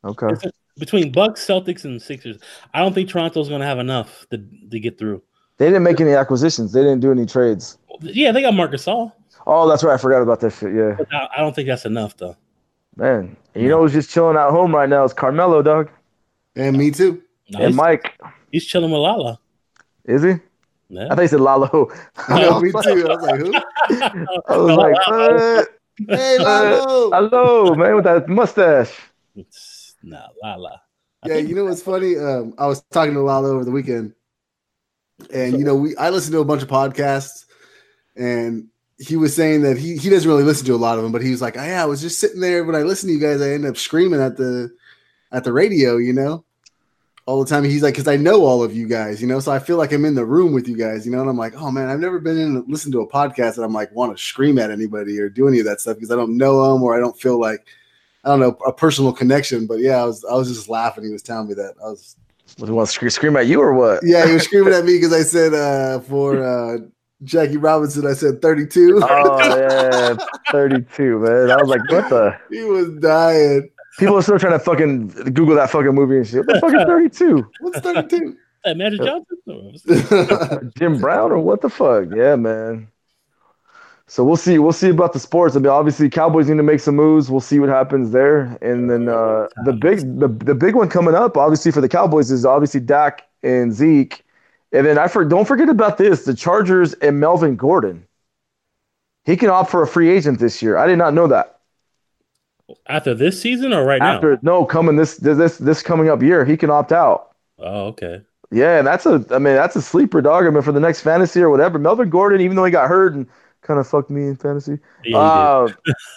S3: Okay.
S1: Between Bucks, Celtics, and Sixers, I don't think Toronto's going to have enough to, to get through.
S3: They didn't make any acquisitions. They didn't do any trades.
S1: Yeah, they got Marcus All.
S3: Oh, that's right. I forgot about that shit. Yeah,
S1: But I, I don't think that's enough, though.
S3: man. You know who's just chilling at home right now? Is Carmelo, dog,
S2: And me too.
S1: No,
S3: and
S1: he's,
S3: Mike.
S1: he's chilling with Lala.
S3: Is he?
S1: Yeah.
S3: I thought he said Lalo.
S2: I
S3: I
S2: know,
S3: was
S2: me
S3: like,
S2: too. I was like, who?
S3: I was like, what?
S2: Hey, Lalo.
S3: Hello, man, with that mustache.
S1: It's- nah, Lala. I
S2: Yeah,
S1: think-
S2: you know what's funny? Um, I was talking to Lalo over the weekend, and you know, we I listen to a bunch of podcasts, and he was saying that he he doesn't really listen to a lot of them, but he was like, oh, "Yeah, I was just sitting there when I listen to you guys, I end up screaming at the at the radio, you know, all the time." He's like, "Cause I know all of you guys, you know, so I feel like I'm in the room with you guys, you know." And I'm like, "Oh man, I've never been in listen to a podcast and I'm like want to scream at anybody or do any of that stuff because I don't know them or I don't feel like." I don't know a personal connection, but yeah, I was I was just laughing. He was telling me that I was
S3: Was he want to scream, scream at you or what?
S2: yeah he was screaming at me because I said uh, for uh, Jackie Robinson I said thirty two.
S3: Oh yeah, thirty-two, man. I was like, what the?
S2: he was dying.
S3: People are still trying to fucking Google that fucking movie and shit. What the fuck is 32?
S2: What's thirty two?
S1: that Magic Johnson?
S3: Jim Brown or what the fuck? Yeah, man. So we'll see. We'll see about the sports. I mean, obviously, Cowboys need to make some moves. We'll see what happens there. And then uh, the big, the, the big one coming up, obviously for the Cowboys is obviously Dak and Zeke. And then I for, don't forget about this: the Chargers and Melvin Gordon. He can opt for a free agent this year. I did not know that.
S1: After this season or right
S3: After no coming this this this coming up year, he can opt out.
S1: now? Oh, okay.
S3: Yeah, and that's a I mean that's a sleeper dog. I mean for the next fantasy or whatever. Melvin Gordon, even though he got hurt and kind of fucked me in fantasy,
S1: Yeah,
S3: uh,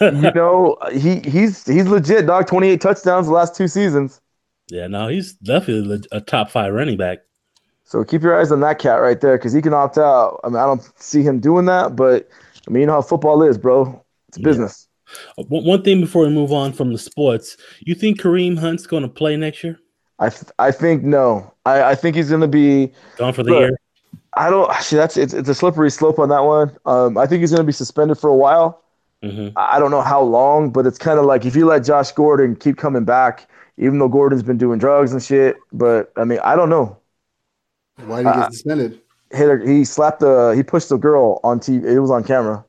S1: he did.
S3: you know, he he's he's legit, dog. Twenty eight touchdowns the last two seasons.
S1: yeah, no, he's definitely leg- a top five running back.
S3: So keep your eyes on that cat right there, because he can opt out. I mean, I don't see him doing that, but I mean, you know how football is, bro. It's
S1: Yeah.
S3: business.
S1: Uh, One one thing before we move on from the sports, you think Kareem Hunt's going to play next year?
S3: I th- I think no. I, I think he's gonna be.
S1: Gone for the
S3: Look,
S1: year?
S3: I don't. See, that's it's, it's a slippery slope on that one. Um, I think he's gonna be suspended for a while.
S1: hmm
S3: I I don't know how long, but it's kind of like if you let Josh Gordon keep coming back, even though Gordon's been doing drugs and shit. But I mean, I don't know.
S2: Why did he
S3: Uh,
S2: get suspended?
S3: Hit her, he slapped the he pushed the girl on TV. It was on camera.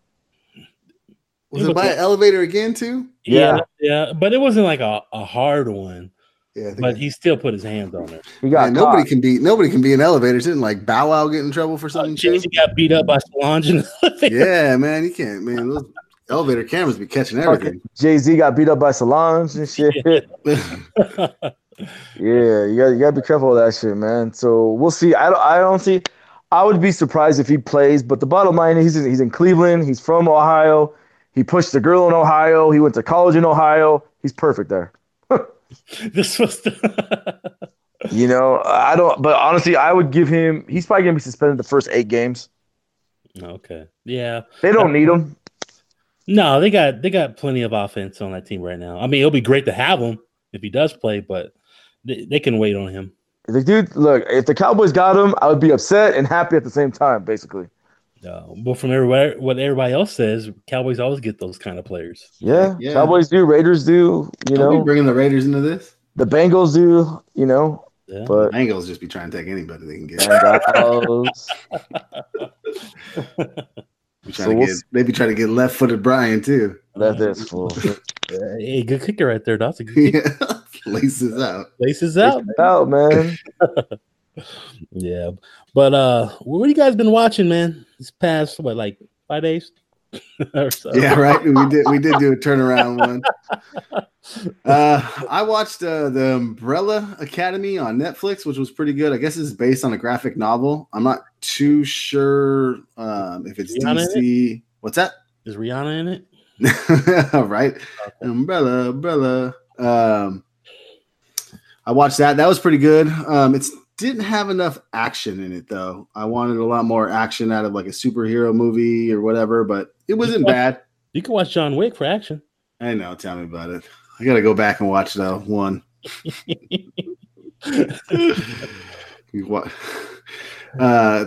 S2: Was it by an elevator again too?
S1: Yeah, yeah, but it wasn't like a, a hard one.
S2: Yeah, I think
S1: But he still put his hands on her.
S3: He
S2: Yeah,
S3: got
S2: nobody can be nobody can be in elevators. Didn't like Bow Wow get in trouble for something?
S1: She
S2: too?
S1: she got beat up by Solange. in the elevator.
S2: yeah, man, you can't, man. Those elevator cameras be catching everything.
S3: Jay Z got beat up by Solange and shit.
S1: Yeah.
S3: Yeah, you got you got to be careful of that shit, man. So we'll see. I don't I don't see. I would be surprised if he plays, but the bottom line is he's in, he's in Cleveland. He's from Ohio. He pushed the girl in Ohio. He went to college in Ohio. He's perfect there.
S1: this was the
S3: You know, I don't. But honestly, I would give him. He's probably gonna be suspended the first eight games.
S1: okay. Yeah,
S3: They don't need him.
S1: no, they got they got plenty of offense on that team right now. I mean, it'll be great to have him if he does play, but they, they can wait on him.
S3: The dude, look. If the Cowboys got him, I would be upset and happy at the same time. Basically.
S1: Uh, but from everywhere, what everybody else says, Cowboys always get those kind of players.
S3: Yeah.
S2: Yeah.
S3: Cowboys do. Raiders do. You
S2: Are
S3: know.
S2: we bringing the Raiders into this?
S3: The Bengals do. You know.
S1: Yeah.
S3: But
S2: Bengals just be trying to take anybody they can get.
S3: Bengals.
S2: Be
S3: So
S2: trying to
S3: we'll
S2: get
S3: s-
S2: they be trying to get left-footed Brian too.
S3: That is full.
S1: Uh, hey, good kicker right there. That's a good kicker.
S2: Yeah, laces out.
S1: places out.
S3: out, man.
S1: Yeah, but uh, what you guys been watching, man? This past what like five days or so.
S2: Yeah, right. We did we did do a turnaround one. Uh, I watched uh, the Umbrella Academy on Netflix, which was pretty good. I guess it's based on a graphic novel. I'm not too sure um, if it's
S1: Rihanna in it?
S2: DC. What's that?
S1: Is Rihanna in it?
S2: right? Umbrella, umbrella. Um, I watched that. That was pretty good. Um, it didn't have enough action in it though. I wanted a lot more action out of like a superhero movie or whatever, but it wasn't bad.
S1: You can watch John Wick for action.
S2: I know. Tell me about it. I gotta go back and watch the one. you what? Uh,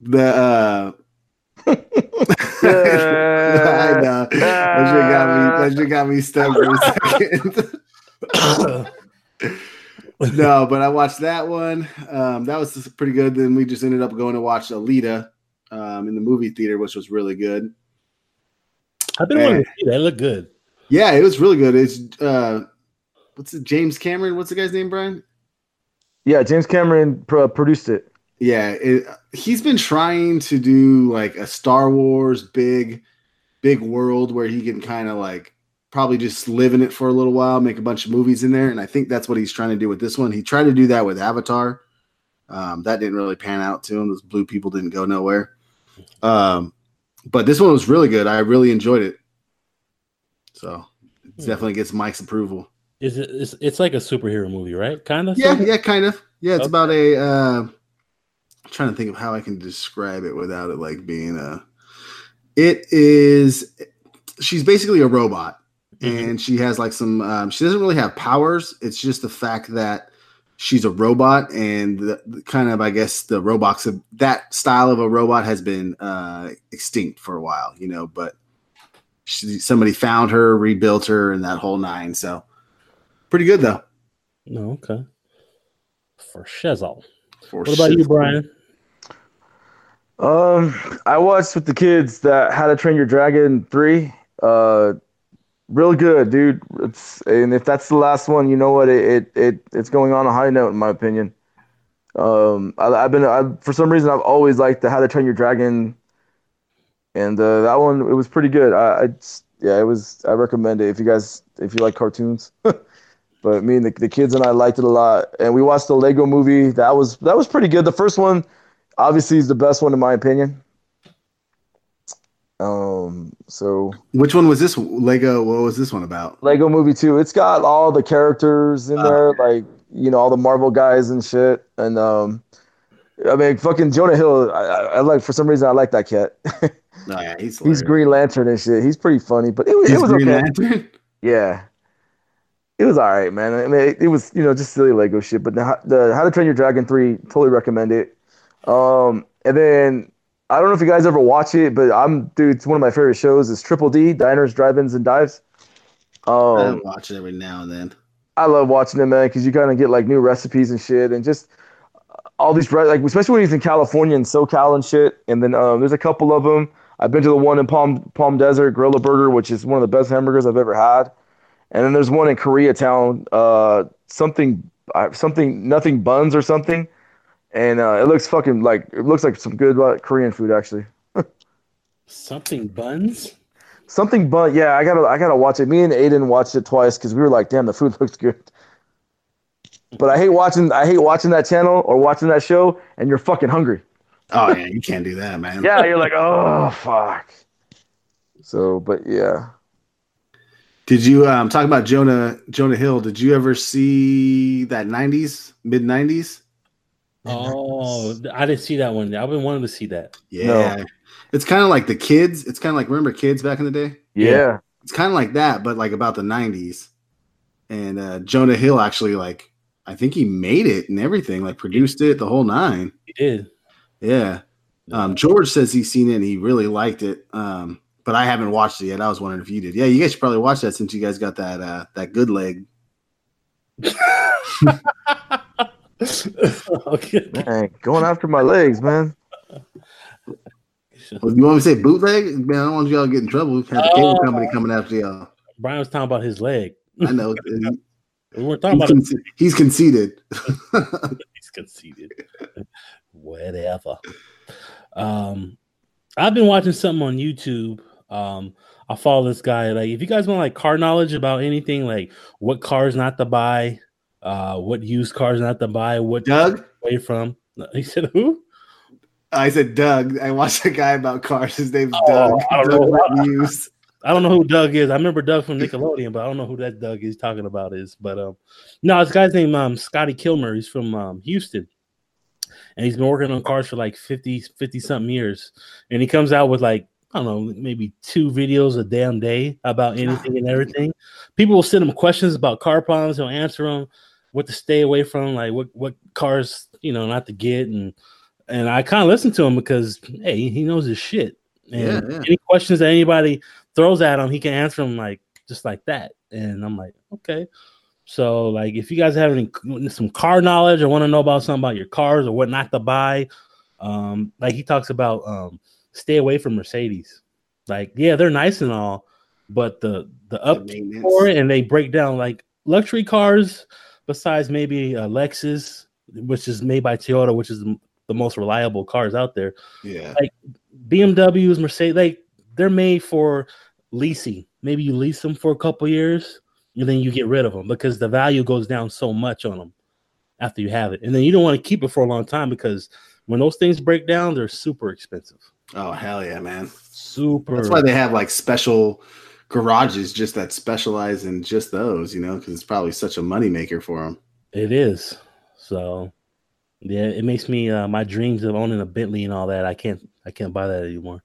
S2: the uh, I know. That shit got me. That shit got me stuck for a second. no, but I watched that one. Um, that was just pretty good. Then we just ended up going to watch Alita um, in the movie theater, which was really good.
S1: I've been wanting to see that. It looked good.
S2: Yeah, it was really good. It's uh, what's it, James Cameron? What's the guy's name, Brian?
S3: yeah, James Cameron pro- produced it.
S2: Yeah, it, he's been trying to do like a Star Wars big, big world where he can kind of like probably just live in it for a little while, make a bunch of movies in there, and I think that's what he's trying to do with this one. He tried to do that with Avatar. Um, that didn't really pan out to him. Those blue people didn't go nowhere. Um, but this one was really good. I really enjoyed it. So it
S1: Hmm.
S2: definitely gets Mike's approval.
S1: Is it? It's, it's like a superhero movie, right? Kind of.
S2: Yeah, yeah, kind of. Yeah, it's
S1: Okay.
S2: about a. Uh, I'm trying to think of how I can describe it without it like being a. It is. She's basically a robot,
S1: Mm-hmm.
S2: and she has like some. Um, she doesn't really have powers. It's just the fact that she's a robot, and the, the kind of I guess the robots of that style of a robot has been uh, extinct for a while, you know. But she, somebody found her, rebuilt her, and that whole nine. So pretty good though.
S1: No. Okay. For Shazal.
S2: For
S1: What about
S2: shit.
S1: you, Brian?
S3: Um, I watched with the kids that How to Train Your Dragon 3. Uh, real good, dude. It's, and if that's the last one, you know what? It, it, it it's going on a high note, in my opinion. Um, I, I've been, I, for some reason, I've always liked the How to Train Your Dragon, and uh, that one, it was pretty good. I, I just- yeah, it was, I recommend it if you guys, if you like cartoons. But me and the, the kids and I liked it a lot, and we watched the Lego movie. That was that was pretty good. The first one, obviously, is the best one in my opinion. Um, so
S2: Which one was this Lego? What was this one about?
S3: Lego Movie Two, it's got all the characters in
S2: Uh.
S3: there, like you know, all the Marvel guys and shit. And um, I mean, fucking Jonah Hill. I, I, I like for some reason I like that cat.
S2: Oh, yeah, he's,
S3: He's
S2: hilarious.
S3: Green Lantern and shit. He's pretty funny, but it was
S2: He's
S3: it was
S2: Green
S3: okay.
S2: Lantern?
S3: Yeah. It was all right, man. I mean, it, it was, you know, just silly Lego shit, but the, the How to Train Your Dragon 3, totally recommend it. Um, and then I don't know if you guys ever watch it, but I'm, dude, it's one of my favorite shows. It's Triple D, Diners, Drive-Ins, and Dives.
S2: I
S3: Um,
S2: watch it every now and then.
S3: I love watching it, man, because you kind of get like new recipes and shit, and just all these re- like, especially when he's in California and SoCal and shit. And then um, there's a couple of them. I've been to the one in Palm Palm Desert Gorilla Burger, which is one of the best hamburgers I've ever had. And then there's one in Koreatown, uh, something, uh, something, nothing buns or something. And uh, it looks fucking like it looks like some good uh, Korean food actually.
S1: Something buns?
S3: Something bun, yeah. I gotta I gotta watch it. Me and Aiden watched it twice because we were like, damn, the food looks good. But I hate watching I hate watching that channel or watching that show, and you're fucking hungry.
S2: Oh yeah, you can't do that, man.
S3: Yeah, you're like, oh fuck. So, but yeah,
S2: Did you um talk about Jonah Jonah Hill? Did you ever see that '90s mid '90s?
S1: Oh, I didn't see that one. I've been wanting to see that.
S2: Yeah, it's kind of like the kids. It's kind of like remember kids back in the day.
S1: Yeah.
S3: yeah,
S2: It's kind of like that, but like about the '90s. And uh, Jonah Hill actually like I think he made it and everything, like produced it, the whole nine.
S1: You did.
S2: Yeah. Um, George says he's seen it and he really liked it. Um, but I haven't watched it yet. I was wondering if you did. Yeah, you guys should probably watch that since you guys got that uh, that good leg.
S1: okay.
S3: man, going after my legs, man.
S2: Well, you want me to say bootleg? Man, I don't want y'all to get in trouble. We've had the cable company
S1: Oh.
S2: coming after y'all.
S1: Brian was talking about his leg.
S2: I know.
S1: We weren't talking about
S2: he's,
S1: it.
S2: conce- he's conceited.
S1: He's conceited. Whatever. Um, I've been watching something on YouTube. Um, I follow this guy. Like, if you guys want like car knowledge about anything, like what cars not to buy, uh, what used cars not to buy, what
S2: Doug?
S1: away from. He said, "Who?"
S2: I said Doug. I watched a guy about cars. His name's
S1: Oh,
S2: Doug.
S1: I don't
S2: Doug
S1: know.
S2: Matthews.
S1: I don't know who Doug is. I remember Doug from Nickelodeon, but I don't know who that Doug is talking about is. But um, no, this guy's named um, Scotty Kilmer. He's from um, Houston, and he's been working on cars for like 50, 50 something years. And he comes out with like I don't know, maybe two videos a damn day about anything and everything. People will send him questions about car problems. He'll answer them, what to stay away from, like what what cars you know not to get, and and I kind of listen to him because hey, he knows his shit. And
S2: Yeah, yeah.
S1: any questions that anybody throws at him, he can answer him like just like that. And I'm like, okay. So like, if you guys have any some car knowledge or want to know about something about your cars or what not to buy, um, like he talks about um, stay away from Mercedes. Like, yeah, they're nice and all, but the the
S2: The
S1: up
S2: maintenance.
S1: for it, and they break down like luxury cars besides maybe uh, Lexus, which is made by Toyota, which is the the most reliable cars out there.
S2: Yeah.
S1: BMWs, Mercedes, like they're made for leasing. Maybe you lease them for a couple years and then you get rid of them because the value goes down so much on them after you have it. And then you don't want to keep it for a long time because when those things break down, they're super expensive.
S2: Oh hell yeah, man.
S1: Super.
S2: That's why they have like special garages just that specialize in just those, you know, because it's probably such a moneymaker for them.
S1: it is. So yeah, it makes me uh, my dreams of owning a Bentley and all that. I can't I can't buy that anymore.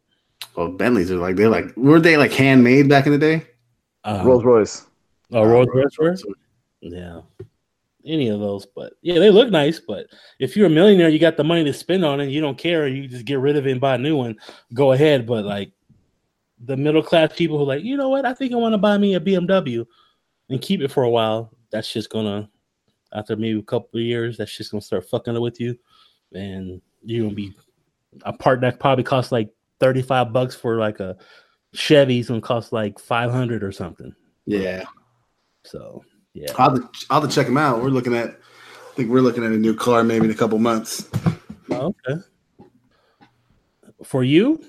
S2: Well, Bentleys are like they're like were they like handmade back in the day?
S1: Um,
S3: Rolls Royce.
S1: uh, Rolls Royce. were? Yeah. Any of those, but yeah, they look nice. But if you're a millionaire, you got the money to spend on it, you don't care, you just get rid of it and buy a new one, go ahead. But like the middle class people who are like, you know what, I think I want to buy me a BMW and keep it for a while, that's just gonna after maybe a couple of years, that's just gonna start fucking with you. and you're gonna be a part that probably costs like thirty five bucks for like a Chevy's gonna cost like five hundred or something.
S2: Yeah.
S1: So yeah,
S2: I'll have, to, I'll have to check them out. We're looking at, I think we're looking at a new car maybe in a couple months.
S1: Oh, okay. For you?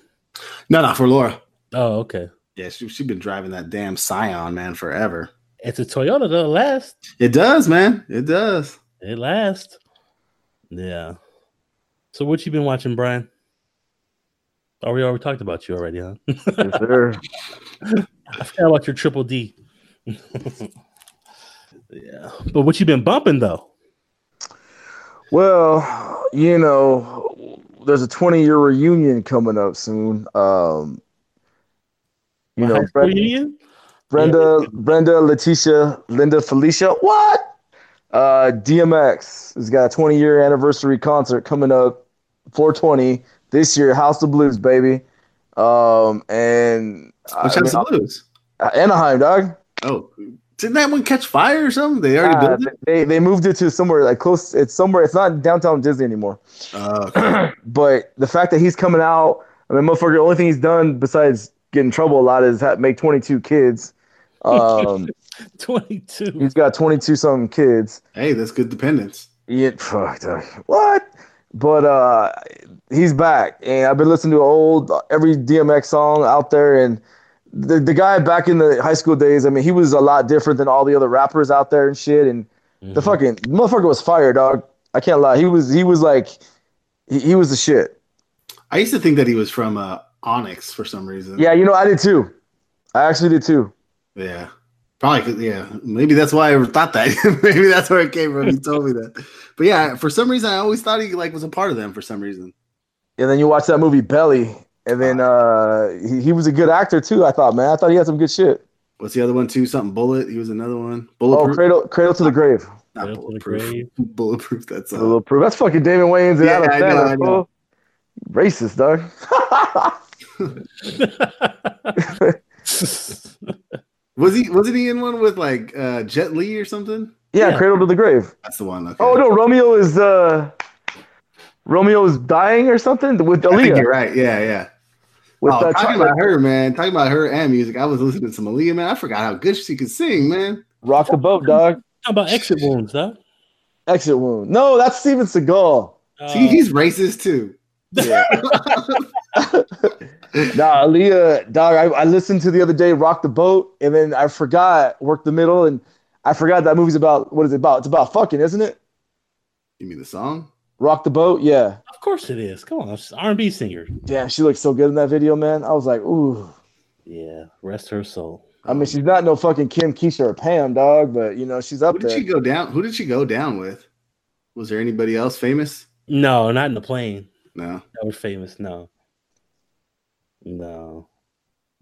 S2: No, not for Laura.
S1: Oh, okay.
S2: Yeah, she, she's been driving that damn Scion, man, forever.
S1: It's a Toyota though. It lasts.
S2: It does, man. It does.
S1: It lasts. Yeah. So what you been watching, Brian? Oh, we already talked about you already, huh?
S3: Yes, sir.
S1: I forgot about your triple D. yeah. But what you been bumping though?
S3: Well, you know, there's a 20 year reunion coming up soon. Um, you know,
S1: High school
S3: Brenda,
S1: union?
S3: Brenda, Brenda, Leticia, Linda, Felicia, what? Uh, DMX has got a 20 year anniversary concert coming up, 420 this year, House of Blues, baby. Um, and
S2: Which
S3: I
S2: has
S3: mean,
S2: to lose.
S3: Anaheim, dog.
S2: Oh, didn't that one catch fire or something? They already
S3: Uh,
S2: built it.
S3: they they moved it to somewhere like close. It's somewhere. It's not downtown Disney anymore.
S2: Oh, okay.
S3: But the fact that he's coming out, I mean, motherfucker, the only thing he's done besides get in trouble a lot is ha- make 22 kids. Um,
S1: Twenty-two.
S3: he's got 22 something kids.
S2: hey, that's good dependence.
S3: Yeah, fuck, dog. what? But uh, he's back, and I've been listening to old every DMX song out there, and the the guy back in the high school days. I mean, he was a lot different than all the other rappers out there and shit, and
S1: Mm,
S3: the
S1: Mm-hmm.
S3: fucking motherfucker was fire, dog. I can't lie. He was he was like he, he was the shit.
S2: I used to think that he was from uh, Onyx for some reason.
S3: Yeah, you know, I did too. I actually did too.
S2: Yeah. Probably, 'cause- yeah. Maybe that's why I ever thought that. Maybe that's where it came from. He told me that. But yeah, for some reason, I always thought he like was a part of them for some reason.
S3: And then you watch that movie Belly, and then uh he, he was a good actor too, I thought, man. I thought he had some good shit.
S2: What's the other one too? Something bullet. He was another one.
S3: Oh,
S2: Bulletproof.
S3: Cradle Cradle to the Grave.
S2: not
S1: Cradle to the
S2: bulletproof.
S1: Grave.
S2: Bulletproof. That's
S3: A
S2: all.
S3: little proof. That's fucking Damon Wayans and
S2: Yeah,
S3: Adam
S2: I know,
S3: Sandler.
S2: I know.
S3: fool. Racist, dog.
S2: Was he? Wasn't he in one with like uh, Jet Li or something?
S3: yeah,
S1: Yeah.
S3: Cradle to the Grave.
S2: That's the one. Okay.
S3: Oh no, Romeo is uh Romeo is dying or something with
S2: I think
S3: Aaliyah.
S2: you're right. Yeah, yeah.
S3: With
S2: oh,
S3: uh,
S2: talking
S3: Chocolate-
S2: about her, man. Talking about her and music. I was listening to some Aaliyah, man. I forgot how good she could sing, man.
S3: Rock the boat, dog.
S1: How about exit wounds, huh?
S3: Exit wound. No, that's Steven Seagal.
S1: Uh,
S2: See, he's racist too.
S3: Yeah. nah, Aaliyah, dog. I, I listened to the other day, "Rock the Boat," and then I forgot "Work the Middle," and I forgot that movie's about. What is it about? It's about fucking, isn't it?
S2: You mean the song?
S3: "Rock the Boat." Yeah.
S1: of course it is. Come on, R and B singer.
S3: Damn, she looks so good in that video, man. I was like, ooh.
S1: Yeah, rest her soul.
S3: I mean, she's not no fucking Kim, Keisha, or Pam, dog, but you know, she's
S2: Who
S3: up
S2: did
S3: there.
S2: she go down? Who did she go down with? Was there anybody else famous?
S1: No, not in the plane.
S2: No.
S1: That was famous. No, no.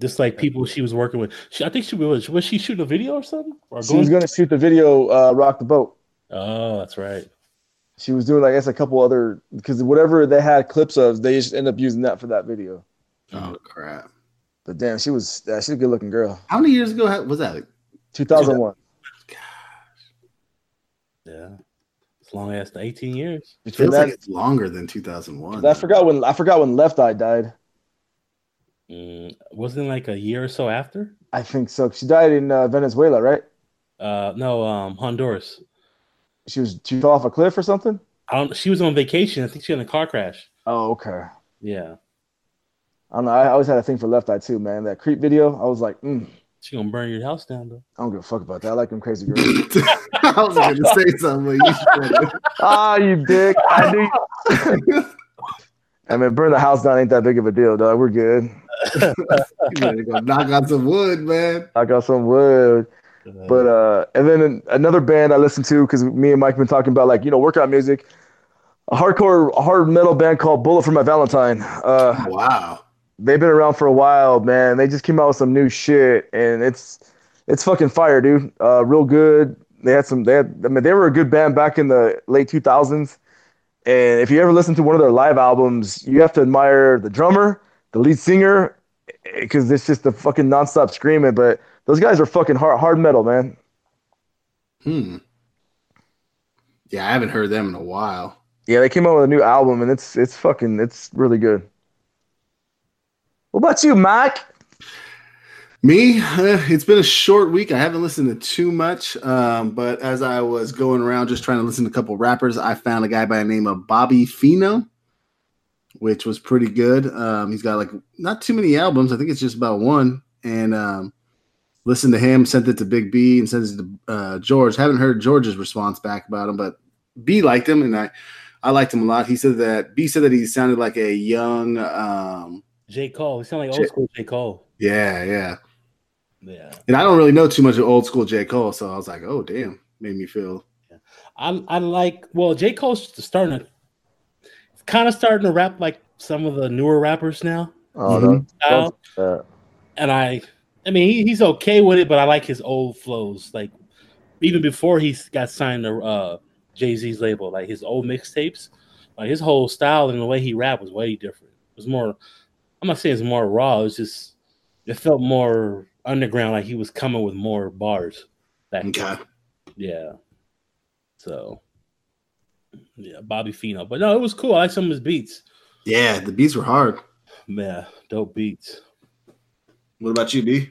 S1: Just like people she was working with. She, I think she was. Was she shooting a video or something? Or
S3: She was
S1: going-
S3: gonna shoot the video, uh, "Rock the Boat."
S1: Oh, that's right.
S3: She was doing, I guess, a couple other because whatever they had clips of, they just end up using that for that video.
S2: Oh crap!
S3: But damn, she was uh, she's a good looking girl.
S2: How many years ago ha- was that? Like,
S3: 2001.
S1: Yeah. As long as the 18 years.
S2: it feels
S3: that-
S2: like it's longer than 2001.
S3: I forgot when I forgot when Left Eye died.
S1: Mm, wasn't it like a year or so after?
S3: I think so. She died in uh, Venezuela, right?
S1: Uh, no, um, Honduras.
S3: She was she fell off a cliff or something.
S1: I don't, she was on vacation. I think she had a car crash.
S3: Oh, okay.
S1: Yeah.
S3: I don't know. I always had a thing for Left Eye too, man. That creep video. I was like, mm,
S1: She gonna burn your house down though.
S3: I don't give a fuck about that. I like them crazy girls.
S2: I was going to say something. but
S3: ah, you dick. I knew. you-
S2: you said it.
S3: I mean, burn the house down ain't that big of a deal, dog. We're good.
S2: You better go knock on some wood, man.
S3: I got some wood.
S1: Uh,
S3: But uh, and then an- another band I listened to because me and Mike been talking about like you know workout music, a hardcore hard metal band called Bullet for My Valentine. Uh,
S2: Wow.
S3: they've been around for a while, man. They just came out with some new shit, and it's it's fucking fire, dude. Uh, real good. They had some. They had. I mean, they were a good band back in the late two thousands. And if you ever listen to one of their live albums, you have to admire the drummer, the lead singer, because it's just the fucking nonstop screaming. But those guys are fucking hard hard metal, man.
S2: Hmm. Yeah, I haven't heard them in a while.
S3: Yeah, they came out with a new album, and it's it's fucking it's really good. What about you, Mike?
S2: Me, uh, it's been a short week. I haven't listened to too much, um, but as I was going around just trying to listen to a couple rappers, I found a guy by the name of Bobby Fino, which was pretty good. Um, he's got like not too many albums. I think it's just about one. And um, listened to him, sent it to Big B, and sent it to uh, George. Haven't heard George's response back about him, but B liked him, and I, I liked him a lot. He said that B said that he sounded like a young, um,
S1: J. Cole. He sound like
S2: J-
S1: old school J. Cole.
S2: yeah, yeah.
S1: Yeah.
S2: And I don't really know too much of old school J. Cole, so I was like, oh damn, made me feel
S1: I I like well J. Cole's starting to kind of starting to rap like some of the newer rappers now.
S3: Oh
S1: Uh,
S3: no, uh,
S1: and I I mean he, he's okay with it, but I like his old flows. Like even before he got signed to uh Jay Z's label, like his old mixtapes, like his whole style and the way he rapped was way different. It was more I'm not saying it's more raw, it's just it felt more underground, like he was coming with more bars back then.
S2: okay.
S1: Yeah. So yeah, Bobby Fino. But no, it was cool. I like some of his beats.
S2: Yeah, the beats were hard.
S1: Yeah, dope beats.
S2: What about you, B?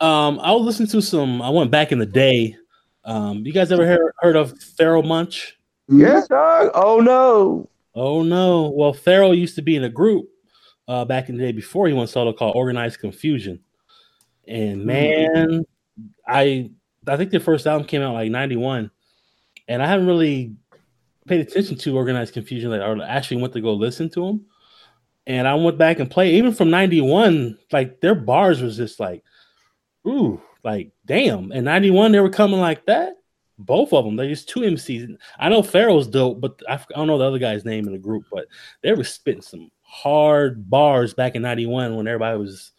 S1: Um, I was listening to some. I went back in the day. Um, you guys ever heard, heard of Pharoah Munch?
S3: yeah, dog. Oh no.
S1: Oh no. Well, Pharoah used to be in a group uh, back in the day before he went solo called Organized Confusion. And man, I I think their first album came out like '91, and I haven't really paid attention to Organized Confusion like or actually went to go listen to them. And I went back and played even from '91, like their bars was just like, ooh, like damn. And '91 they were coming like that. Both of them, they're just two MCs. I know Pharaoh's dope, but I, f- I don't know the other guy's name in the group. But they were spitting some hard bars back in '91 when everybody was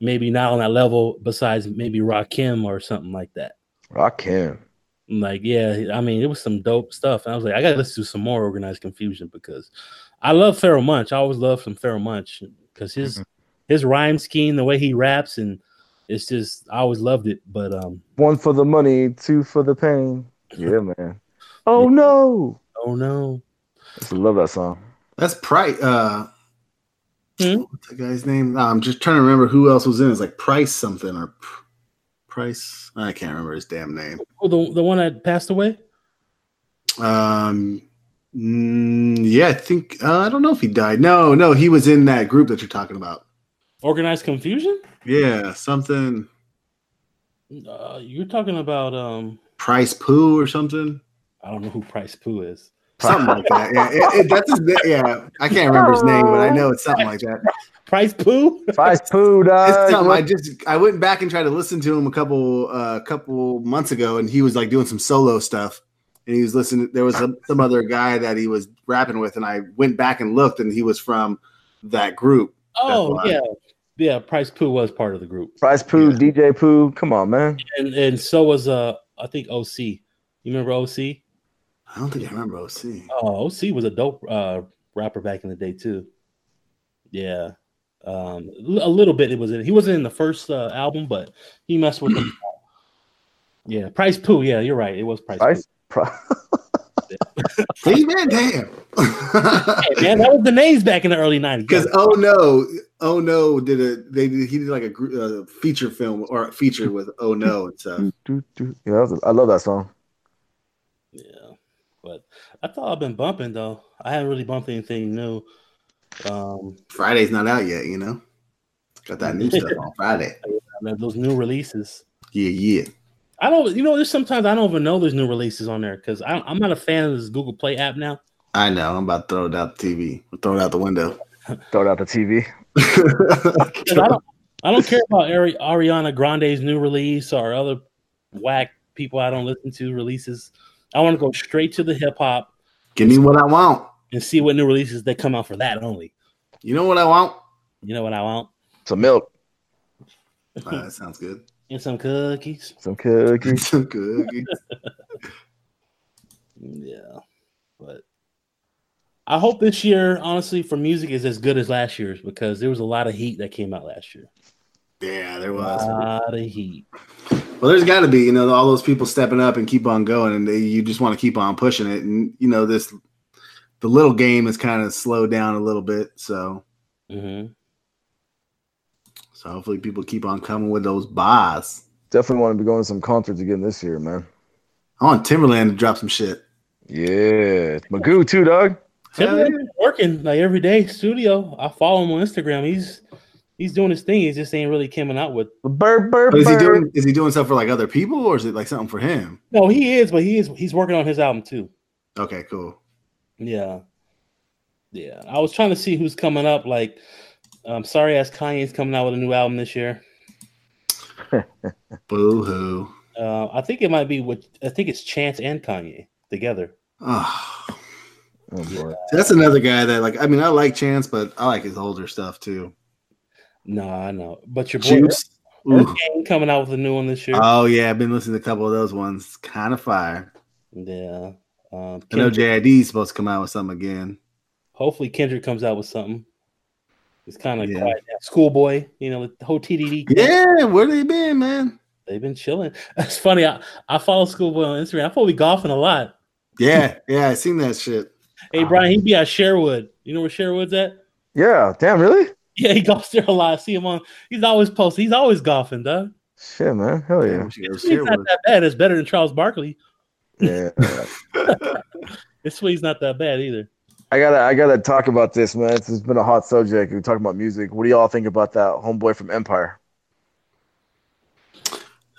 S1: maybe not on that level. Besides maybe Rakim or something like that.
S3: I can.
S1: I'm Like, yeah, I mean, it was some dope stuff. And I was like, I gotta listen to some more organized confusion because I love Pharoah Munch. I always love some Pharoah Munch because his his rhyme scheme, the way he raps, and it's just I always loved it. But um,
S3: One for the money, two for the pain. Yeah, man. Oh no.
S1: oh no,
S3: I just love that song.
S2: That's Price. Uh,
S1: Hmm?
S2: What's that guy's name? No, I'm just trying to remember who else was in. it. It's like Price something or P- Price. I can't remember his damn name.
S1: oh the the one that passed away.
S2: Um, mm, yeah, I think uh, I don't know if he died. No, no, he was in that group that you're talking about.
S1: Organized confusion?
S2: Yeah, something
S1: Uh, you're talking about um,
S2: Price Poo or something.
S1: I don't know who Price Pooh is.
S2: Something like that. Yeah, it, it, that's his, na- yeah. I can't remember his name, but I know it's something like that.
S1: Price Pooh?
S3: Price poo,
S2: It's something I
S3: dog.
S2: just I went back and tried to listen to him a couple uh, couple months ago, and he was like doing some solo stuff, and he was listening. There was some some other guy that he was rapping with, and I went back and looked, and he was from that group.
S1: Oh
S2: why.
S1: yeah, yeah. Price Pooh was part of the group.
S3: Price poo,
S2: Yeah.
S3: DJ poo. Come on, man.
S1: and and so was uh I think OC. You remember OC?
S2: I don't think I remember OC.
S1: Oh, OC was a dope uh rapper back in the day too. Yeah. Um l- a little bit it was in he wasn't in the first uh, album, but he messed with them. Yeah, Price Pooh. Yeah, you're right. It was Price.
S3: Price. Pri-
S2: See, man, damn.
S1: Pooh. Hey, man, that was the names back in the early '90s.
S2: Because oh no, oh no, did a they did, he did like a gr- uh, feature film or a feature with oh no and stuff.
S3: Do, do, do. Yeah, that was- I love that song.
S1: Yeah, but I thought I've been bumping though. I haven't really bumped anything new. Um,
S2: Friday's not out yet, you know. Got that new stuff on Friday.
S1: those new releases.
S2: Yeah, yeah.
S1: I don't, you know, there's sometimes I don't even know there's new releases on there because I'm not a fan of this Google Play app now.
S2: I know. I'm about to throw it out the TV. Throw it out the window.
S3: Throw it out the TV.
S1: 'Cause I don't, I don't care about Ari- Ariana Grande's new release or other whack people I don't listen to releases. I want to go straight to the hip hop
S2: Give me what I want.
S1: and see what new releases that come out for that only.
S2: You know what I want?
S1: You know what I want?
S3: Some milk.
S2: Uh, that sounds good.
S1: And some cookies.
S3: Some cookies.
S2: good.
S1: Yeah, but I hope this year, honestly, for music is as good as last year's because there was a lot of heat that came out last year.
S2: Yeah, there
S1: A
S2: was.
S1: lot of heat.
S2: Well, there's got to be, you know, all those people stepping up and keep on going, and they, you just want to keep on pushing it. And you know, this the little game is kind of slowed down a little bit. So
S1: Mm-hmm.
S2: so hopefully people keep on coming with those buys.
S3: Definitely want to be going to some concerts again this year, man.
S2: I want Timberland to drop some shit.
S3: Yeah, Magoo too, dog.
S2: Hell yeah.
S1: working like every day studio. I follow him on Instagram. He's he's doing his thing. He just ain't really coming out with.
S3: Burp, burp,
S2: But Is he
S3: burp.
S2: doing is he doing stuff for like other people or is it like something for him?
S1: No, he is, but he is he's working on his album too.
S2: Okay, cool.
S1: Yeah, yeah. I was trying to see who's coming up. Like, I'm sorry, as Kanye's coming out with a new album this year.
S2: Boo hoo.
S1: Uh, I think it might be with. I think it's Chance and Kanye together.
S2: Oh,
S3: Oh, boy.
S2: that's another guy that like I mean I like Chance, but I like his older stuff too.
S1: No, I know, but your boy
S2: Juice.
S1: Earth
S2: Ooh.
S1: Gang coming out with a new one this year.
S2: Oh yeah, I've been listening to a couple of those ones. Kind of fire.
S1: yeah. Um,
S2: I know
S1: Kendrick,
S2: JID's supposed to come out with something again.
S1: hopefully Kendrick comes out with something. It's kind of
S2: Yeah.
S1: quiet. now. Schoolboy, you know, the whole TDD.
S2: Yeah, where they been, man?
S1: They've been chilling. That's funny. I, I follow Schoolboy on Instagram. I probably golfing a lot.
S2: Yeah, yeah, I seen that shit.
S1: Hey,
S2: Ah.
S1: Brian, he be at Sherwood. You know where Sherwood's at?
S3: Yeah, damn, really?
S1: Yeah, he golfs there a lot. I see him on. He's always posting. He's always golfing, dog.
S3: Shit, man, hell
S2: Oh, Yeah,
S3: yeah,
S2: we should go
S1: He's
S2: share
S1: not
S2: with-
S1: that bad. It's better than Charles Barkley.
S3: yeah.
S1: This way, he's not that bad either.
S3: I gotta, I gotta talk about this, man. This has been a hot subject. We're talking about music. What do y'all think about that homeboy from Empire?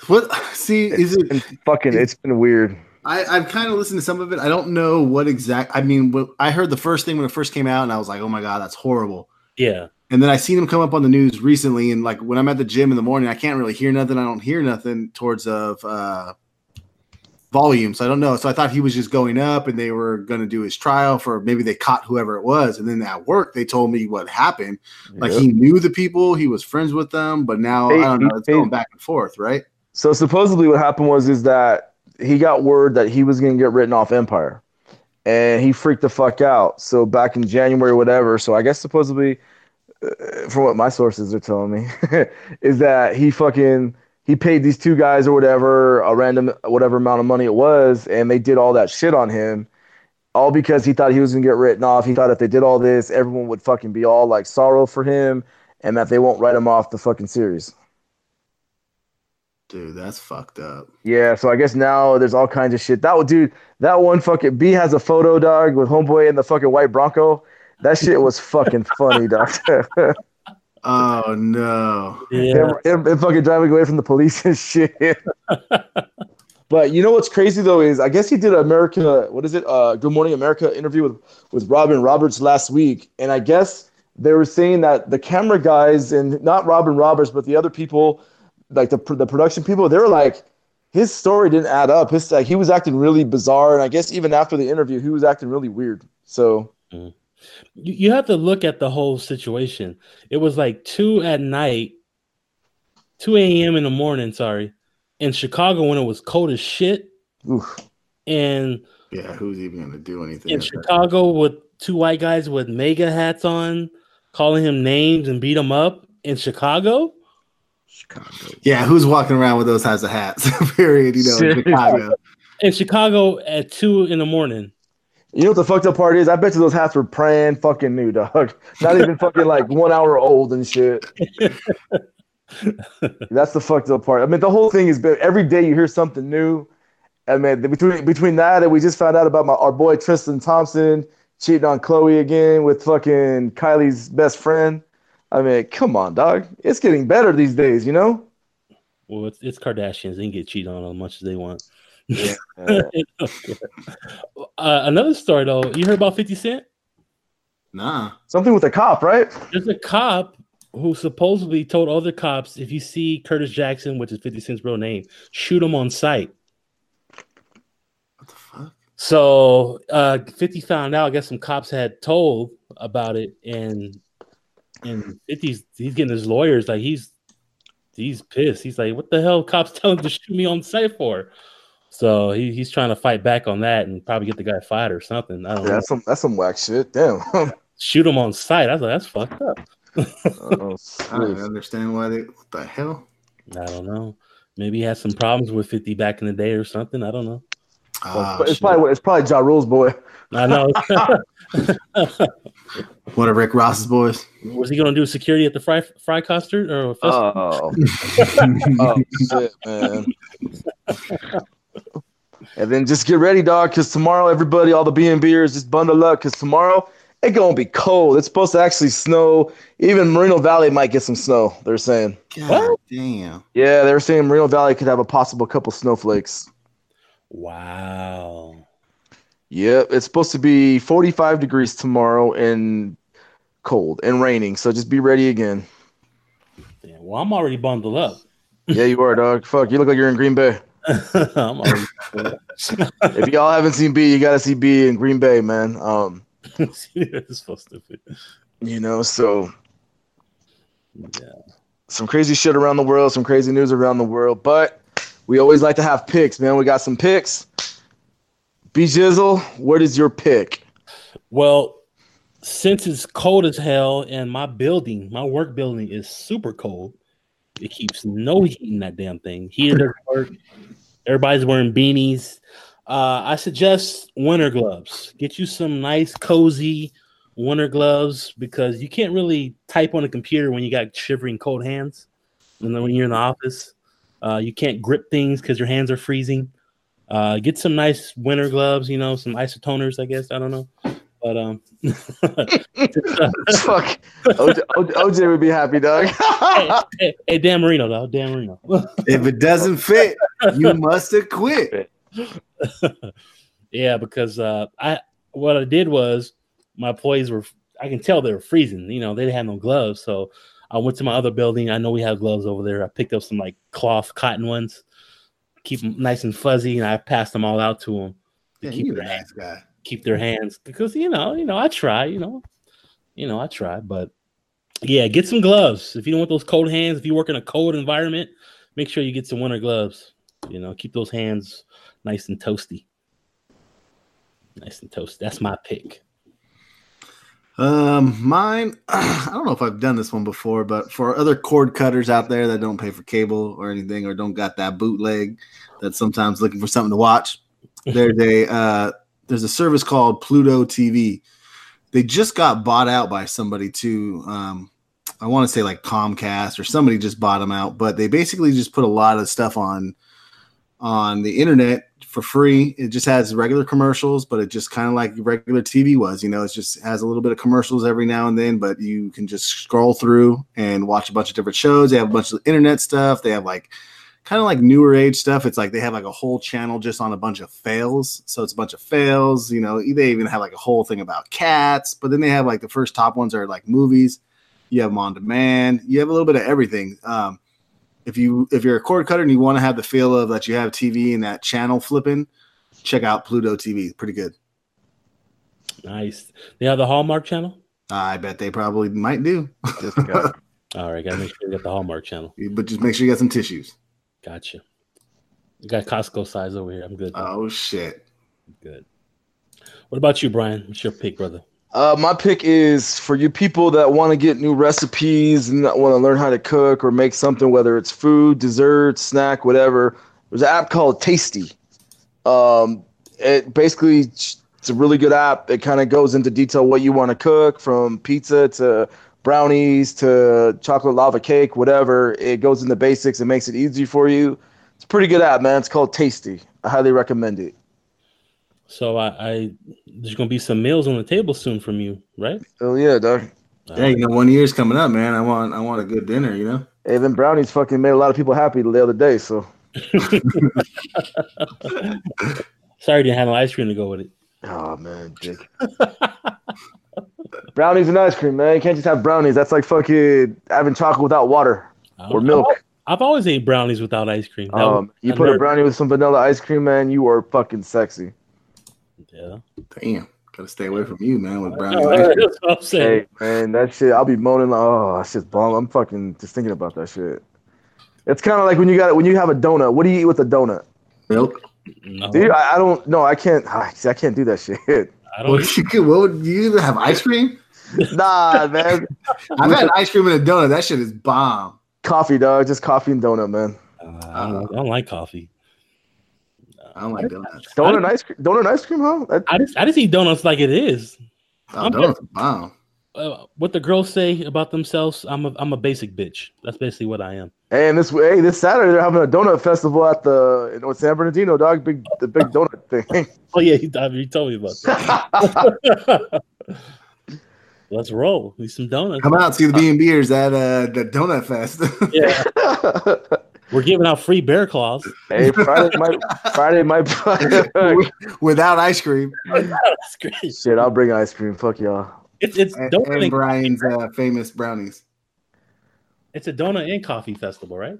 S2: What? See, is
S3: It's
S2: it?
S3: been fucking, it's been weird.
S2: I, I've kind of listened to some of it. I don't know what exact. I mean, what, I heard the first thing when it first came out, and I was like, "Oh my god, that's horrible."
S1: Yeah.
S2: And then I seen him come up on the news recently, and like when I'm at the gym in the morning, I can't really hear nothing. I don't hear nothing towards of uh, volume, so I don't know. So I thought he was just going up, and they were going to do his trial for maybe they caught whoever it was. And then at work, they told me what happened. Like
S3: Yeah.
S2: he knew the people, he was friends with them, but now
S3: Hey,
S2: I don't know. It's
S3: hey.
S2: going back and forth, right?
S3: So supposedly what happened was is that he got word that he was gonna get written off Empire. And he freaked the fuck out. So back in January, whatever. So I guess supposedly, uh, from what my sources are telling me, is that he fucking he paid these two guys or whatever a random whatever amount of money it was, and they did all that shit on him, all because he thought he was gonna get written off. He thought if they did all this, everyone would fucking be all like sorrow for him, and that they won't write him off the fucking series.
S2: Dude, that's fucked up.
S3: Yeah, so I guess now there's all kinds of shit. That would dude, that one fucking B has a photo dog with homeboy in the fucking white Bronco. That shit was fucking funny, dog. him,
S2: Oh no.
S1: Yeah.
S3: him- him fucking driving away from the police and shit. but you know what's crazy though is I guess he did America, what is it? Uh, Good Morning America interview with with Robin Roberts last week, and I guess they were saying that the camera guys and not Robin Roberts, but the other people, like the pr- the production people, they were like, his story didn't add up. His like he was acting really bizarre, and I guess even after the interview, he was acting really weird. So
S1: You, you have to look at the whole situation. It was like 2 at night, 2 a.m. in the morning, sorry, in Chicago when it was cold as shit.
S3: oof,
S1: And
S2: Yeah, who's even gonna do anything?
S1: in
S2: at that-
S1: Chicago with two white guys with mega hats on, calling him names and beat him up in Chicago.
S4: Chicago.
S2: Yeah, who's walking around with those types of hats? Period. You know, in
S4: Seriously.
S2: Chicago.
S1: In Chicago at two in the morning.
S3: you know what the fucked up part is? I bet you those hats were brand fucking new, dog. Not even fucking like one hour old and shit. That's the fucked up part. I mean, the whole thing is ba- every day you hear something new. I mean, between between that and we just found out about my our boy Tristan Thompson cheating on Chloe again with fucking Kylie's best friend. I mean, come on, dog. It's getting better these days, you know.
S1: Well, it's, it's Kardashians. They can get cheated on as much as they want.
S3: Uh,
S1: uh, another story, though. You heard about 50 Cent?
S2: Nah.
S3: something with a cop, right?
S1: There's a cop who supposedly told other cops if you see Curtis Jackson, which is 50 Cent's real name, shoot him on sight.
S2: What the fuck?
S1: So uh, 50 found out. I guess some cops had told about it, and and 50's he's getting his lawyers like he's he's pissed. He's like, "What the hell? Cops telling him to shoot me on sight for?" So he, he's trying to fight back on that and probably get the guy fired or something. I don't
S3: Yeah,
S1: know.
S3: that's some that's some whack shit. Damn.
S1: Shoot him on sight. I was like, "That's fucked up."
S3: Oh,
S2: I don't
S3: serious.
S2: understand why they. What the hell?
S1: I don't know. Maybe he had some problems with 50 back in the day or something. I don't know.
S2: Ah,
S3: it's
S2: shit.
S3: probably it's probably Ja Rule's boy.
S1: I know.
S2: One of Rick Ross's boys.
S1: Was he going to do security at the fry fry concert or a festival?
S3: Oh, oh shit, man. and then just get ready, dog, because tomorrow everybody, all the B and Bers, just bundle up, because tomorrow it gonna be cold. It's supposed to actually snow. Even Merino Valley might get some snow. They're saying.
S2: God
S1: What?
S2: damn.
S3: Yeah, they were saying Merino Valley could have a possible couple snowflakes.
S1: Wow.
S3: Yep, it's supposed to be 45 degrees tomorrow and cold and raining. So just be ready again.
S1: Damn. Well, I'm already bundled up.
S3: Yeah, you are, dog. Fuck, you look like you're in Green Bay.
S1: I'm already
S3: If y'all haven't seen B, you gotta see B in Green Bay, man. Um,
S1: it's so stupid.
S3: you know, so
S1: Yeah.
S3: some crazy shit around the world, some crazy news around the world. But we always like to have picks, man. We got some picks. B Jizzle, what is your pick?
S1: Well, since it's cold as hell and my building, my work building is super cold, it keeps no heat in that damn thing. Heat doesn't work. Everybody's wearing beanies. Uh, I suggest winter gloves. Get you some nice, cozy winter gloves because you can't really type on a computer when you got shivering cold hands. And then when you're in the office, uh, you can't grip things because your hands are freezing. Uh, get some nice winter gloves, you know, some isotoners, I guess. I don't know. But um,
S3: Fuck. OJ, OJ would be happy, dog.
S1: hey, hey, hey, Dan Marino, though. Dan Marino.
S2: If it doesn't fit, you must have quit.
S1: yeah, because uh, I what I did was my employees were I can tell they were freezing. You know, they didn't have no gloves, so I went to my other building. I know we have gloves over there. I picked up some like cloth cotton ones, keep them nice and fuzzy, and I passed them all out to them to
S2: Yeah,
S1: keep
S2: you a
S1: their hands
S2: nice guy.
S1: keep their hands because you know, you know, I try, you know, you know, I try, but yeah, get some gloves if you don't want those cold hands. If you work in a cold environment, make sure you get some winter gloves. You know, keep those hands nice and toasty. Nice and toasty. That's my pick.
S2: Um, mine. I don't know if I've done this one before, but for other cord cutters out there that don't pay for cable or anything, or don't got that bootleg that's sometimes looking for something to watch, there's a uh, there's a service called Pluto TV. They just got bought out by somebody too. Um, I want to say like Comcast or somebody just bought them out, but they basically just put a lot of stuff on on the internet for free. It just has regular commercials, but it just kind of like regular TV was. You know, it just has a little bit of commercials every now and then, but you can just scroll through and watch a bunch of different shows. They have a bunch of internet stuff. They have like kind of like newer age stuff. It's like they have like a whole channel just on a bunch of fails. So it's a bunch of fails. You know, they even have like a whole thing about cats, but then they have like the first top ones are like movies. You have them on demand. You have a little bit of everything. Um, if you if you're a cord cutter and you want to have the feel of that you have TV and that channel flipping, check out Pluto TV. Pretty good.
S1: Nice. They have the Hallmark channel.
S2: I bet they probably might do,
S3: Just got-
S1: All right, gotta make sure you got the Hallmark channel.
S2: but just make sure you got some tissues.
S1: Gotcha. You got Costco size over here. I'm good.
S2: Oh shit!
S1: I'm good. What about you, Brian? What's your pick, brother?
S3: Uh, my pick is for you people that want to get new recipes and that want to learn how to cook or make something, whether it's food, dessert, snack, whatever. There's an app called Tasty. Um, it basically it's a really good app. It kind of goes into detail what you want to cook, from pizza to brownies to chocolate lava cake, whatever. It goes into basics. It makes it easy for you. It's a pretty good app, man. It's called Tasty. I highly recommend it.
S1: So I, I there's gonna be some meals on the table soon from you, right?
S3: Oh yeah, dog.
S1: Uh,
S2: Yeah, you know one year's coming up, man. I want I want a good dinner. You know.
S3: Even brownies fucking made a lot of people happy the other day. So.
S1: Sorry, didn't have no ice cream to go with it.
S3: Oh man, dick. brownies and ice cream, man. You can't just have brownies. That's like fucking having chocolate without water
S1: I
S3: or
S1: don't-
S3: milk.
S1: I've always ate brownies without ice cream. Oh, That
S3: Um,
S1: was-
S3: you
S1: I
S3: put a
S1: learned-
S3: brownie with some vanilla ice cream, man. You are fucking sexy.
S1: Yeah.
S2: Damn, gotta stay away from you, man. With brownies.
S1: No, that's what I'm saying.
S3: Hey man, that shit. I'll be moaning like, oh, that shit's bomb. I'm fucking just thinking about that shit. It's kind of like when you got when you have a donut. What do you eat with a donut?
S2: Milk.
S1: No,
S3: Do you, I, I don't. No, I can't. I, see, I can't do that shit.
S1: I don't.
S2: What, you could, what would you even have ice cream?
S3: nah, man.
S2: I've had ice cream and a donut. That shit is bomb.
S3: Coffee, dog. Just coffee and donut, man.
S1: I don't, I don't like coffee.
S2: I I don't like donuts.
S3: Donut ice cream. Donut ice cream, huh? That-
S1: I just I just eat donuts like it is.
S2: Oh, donuts, are bomb.
S1: Uh, what the girls say about themselves, I'm a I'm a basic bitch. That's basically what I am.
S3: Hey, and this hey, this Saturday they're having a donut festival at the you know, San Bernardino, dog. Big the big donut thing.
S1: Oh yeah, you, you told me about that. Let's roll. Need some donuts.
S2: Come out, see the B and B's at uh, the Donut Fest.
S1: Yeah, we're giving out free bear claws.
S3: hey, Friday might Friday might.
S2: Without ice cream.
S1: That's great.
S3: Shit, I'll bring ice cream. Fuck y'all.
S1: It's it's
S2: And,
S1: donut.
S2: and
S1: And,
S2: Brian's uh, famous brownies.
S1: it's a donut and coffee festival, right?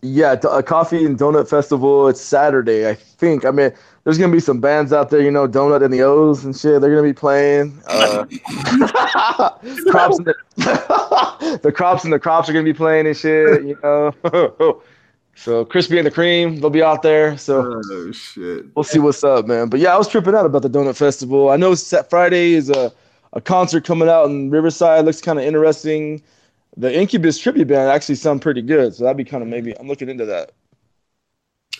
S3: Yeah, t- a coffee and donut festival. It's Saturday, I think. I mean, there's gonna be some bands out there, you know, Donut and the O's and shit. They're gonna be playing. Uh, crops and the, the crops and the crops are gonna be playing and shit, you know. so crispy and the cream, they'll be out there. So
S2: Oh shit!
S3: we'll see what's up, man. But yeah, I was tripping out about the donut festival. I know Sat Friday is a, a concert coming out in Riverside. Looks kind of interesting. The Incubus tribute band actually sound pretty good, so that'd be kind of maybe. I'm looking into that.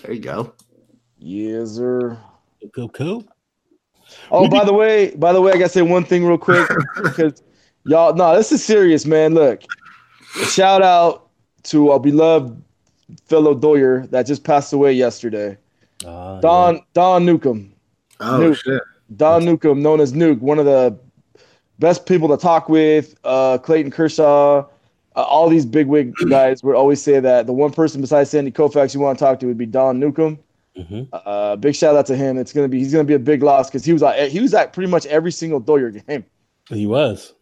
S2: There you go.
S3: Yes, sir.
S1: Cool, cool.
S3: Oh, by the way, by the way, I gotta say one thing real quick because y'all, no, this is serious, man. Look, shout out to our beloved fellow Doyer that just passed away yesterday,
S1: Ah,
S3: Don Don Newcomb.
S2: Oh
S3: Nuke.
S2: shit!
S3: Don Newcomb, known as Nuke, one of the best people to talk with. Uh, Clayton Kershaw, uh, all these bigwig guys would always say that the one person besides Sandy Koufax you want to talk to would be Don Newcomb.
S1: yeah. Mhm.
S3: Uh, big shout out to him. It's gonna be he's gonna be a big loss because he was at he was at pretty much every single Doyer game.
S1: He was.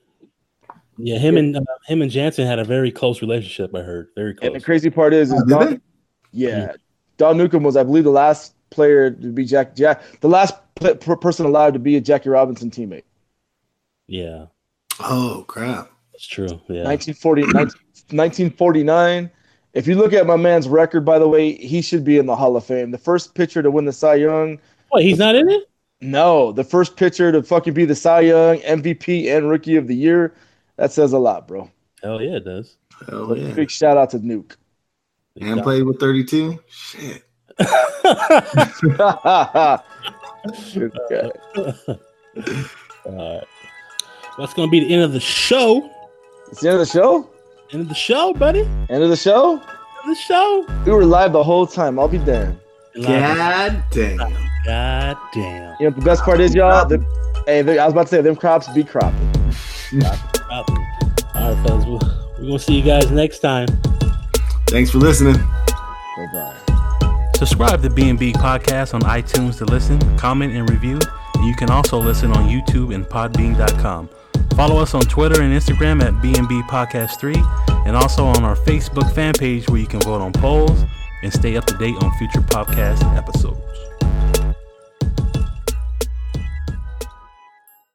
S1: Yeah, him and uh, him and Jansen had a very close relationship. I heard very
S3: And the
S1: close.
S3: crazy part is, is
S2: Oh, did
S3: Don,
S2: they?
S3: yeah, Don Newcomb was I believe the last player to be Jack Jack the last pl- per- person alive to be a Jackie Robinson teammate.
S1: Yeah,
S2: Oh crap!
S1: that's true. Yeah,
S3: 1940, 19 1949. If you look at my man's record, by the way, he should be in the Hall of Fame. The first pitcher to win the Cy Young.
S1: Wait, he's not in it.
S3: No, the first pitcher to fucking be the Cy Young, MVP, and Rookie of the Year. That says a lot, bro.
S1: Hell yeah, it does.
S2: Hell yeah!
S3: Big shout out to Nuke.
S2: And played with thirty-two. Shit!
S3: Good guy.
S1: All right. That's gonna be the end of the show.
S3: It's the end of the show.
S1: End of the show, buddy. End
S3: End of the show.
S1: of the show.
S3: We were live the whole time. I'll be damned.
S2: God damn!
S1: God damn.
S3: You know what the best part is, y'all. The, hey, they- I was about to say them crops be cropping.
S1: All right, fellas. We're we're gonna see you guys next time.
S2: Thanks for listening.
S3: Bye bye.
S5: Subscribe to B&B Podcast on iTunes to listen, comment, and review. And you can also listen on YouTube and Podbean.com. Follow us on Twitter and Instagram at B&B Podcast 3 and also on our Facebook fan page where you can vote on polls and stay up to date on future podcast episodes.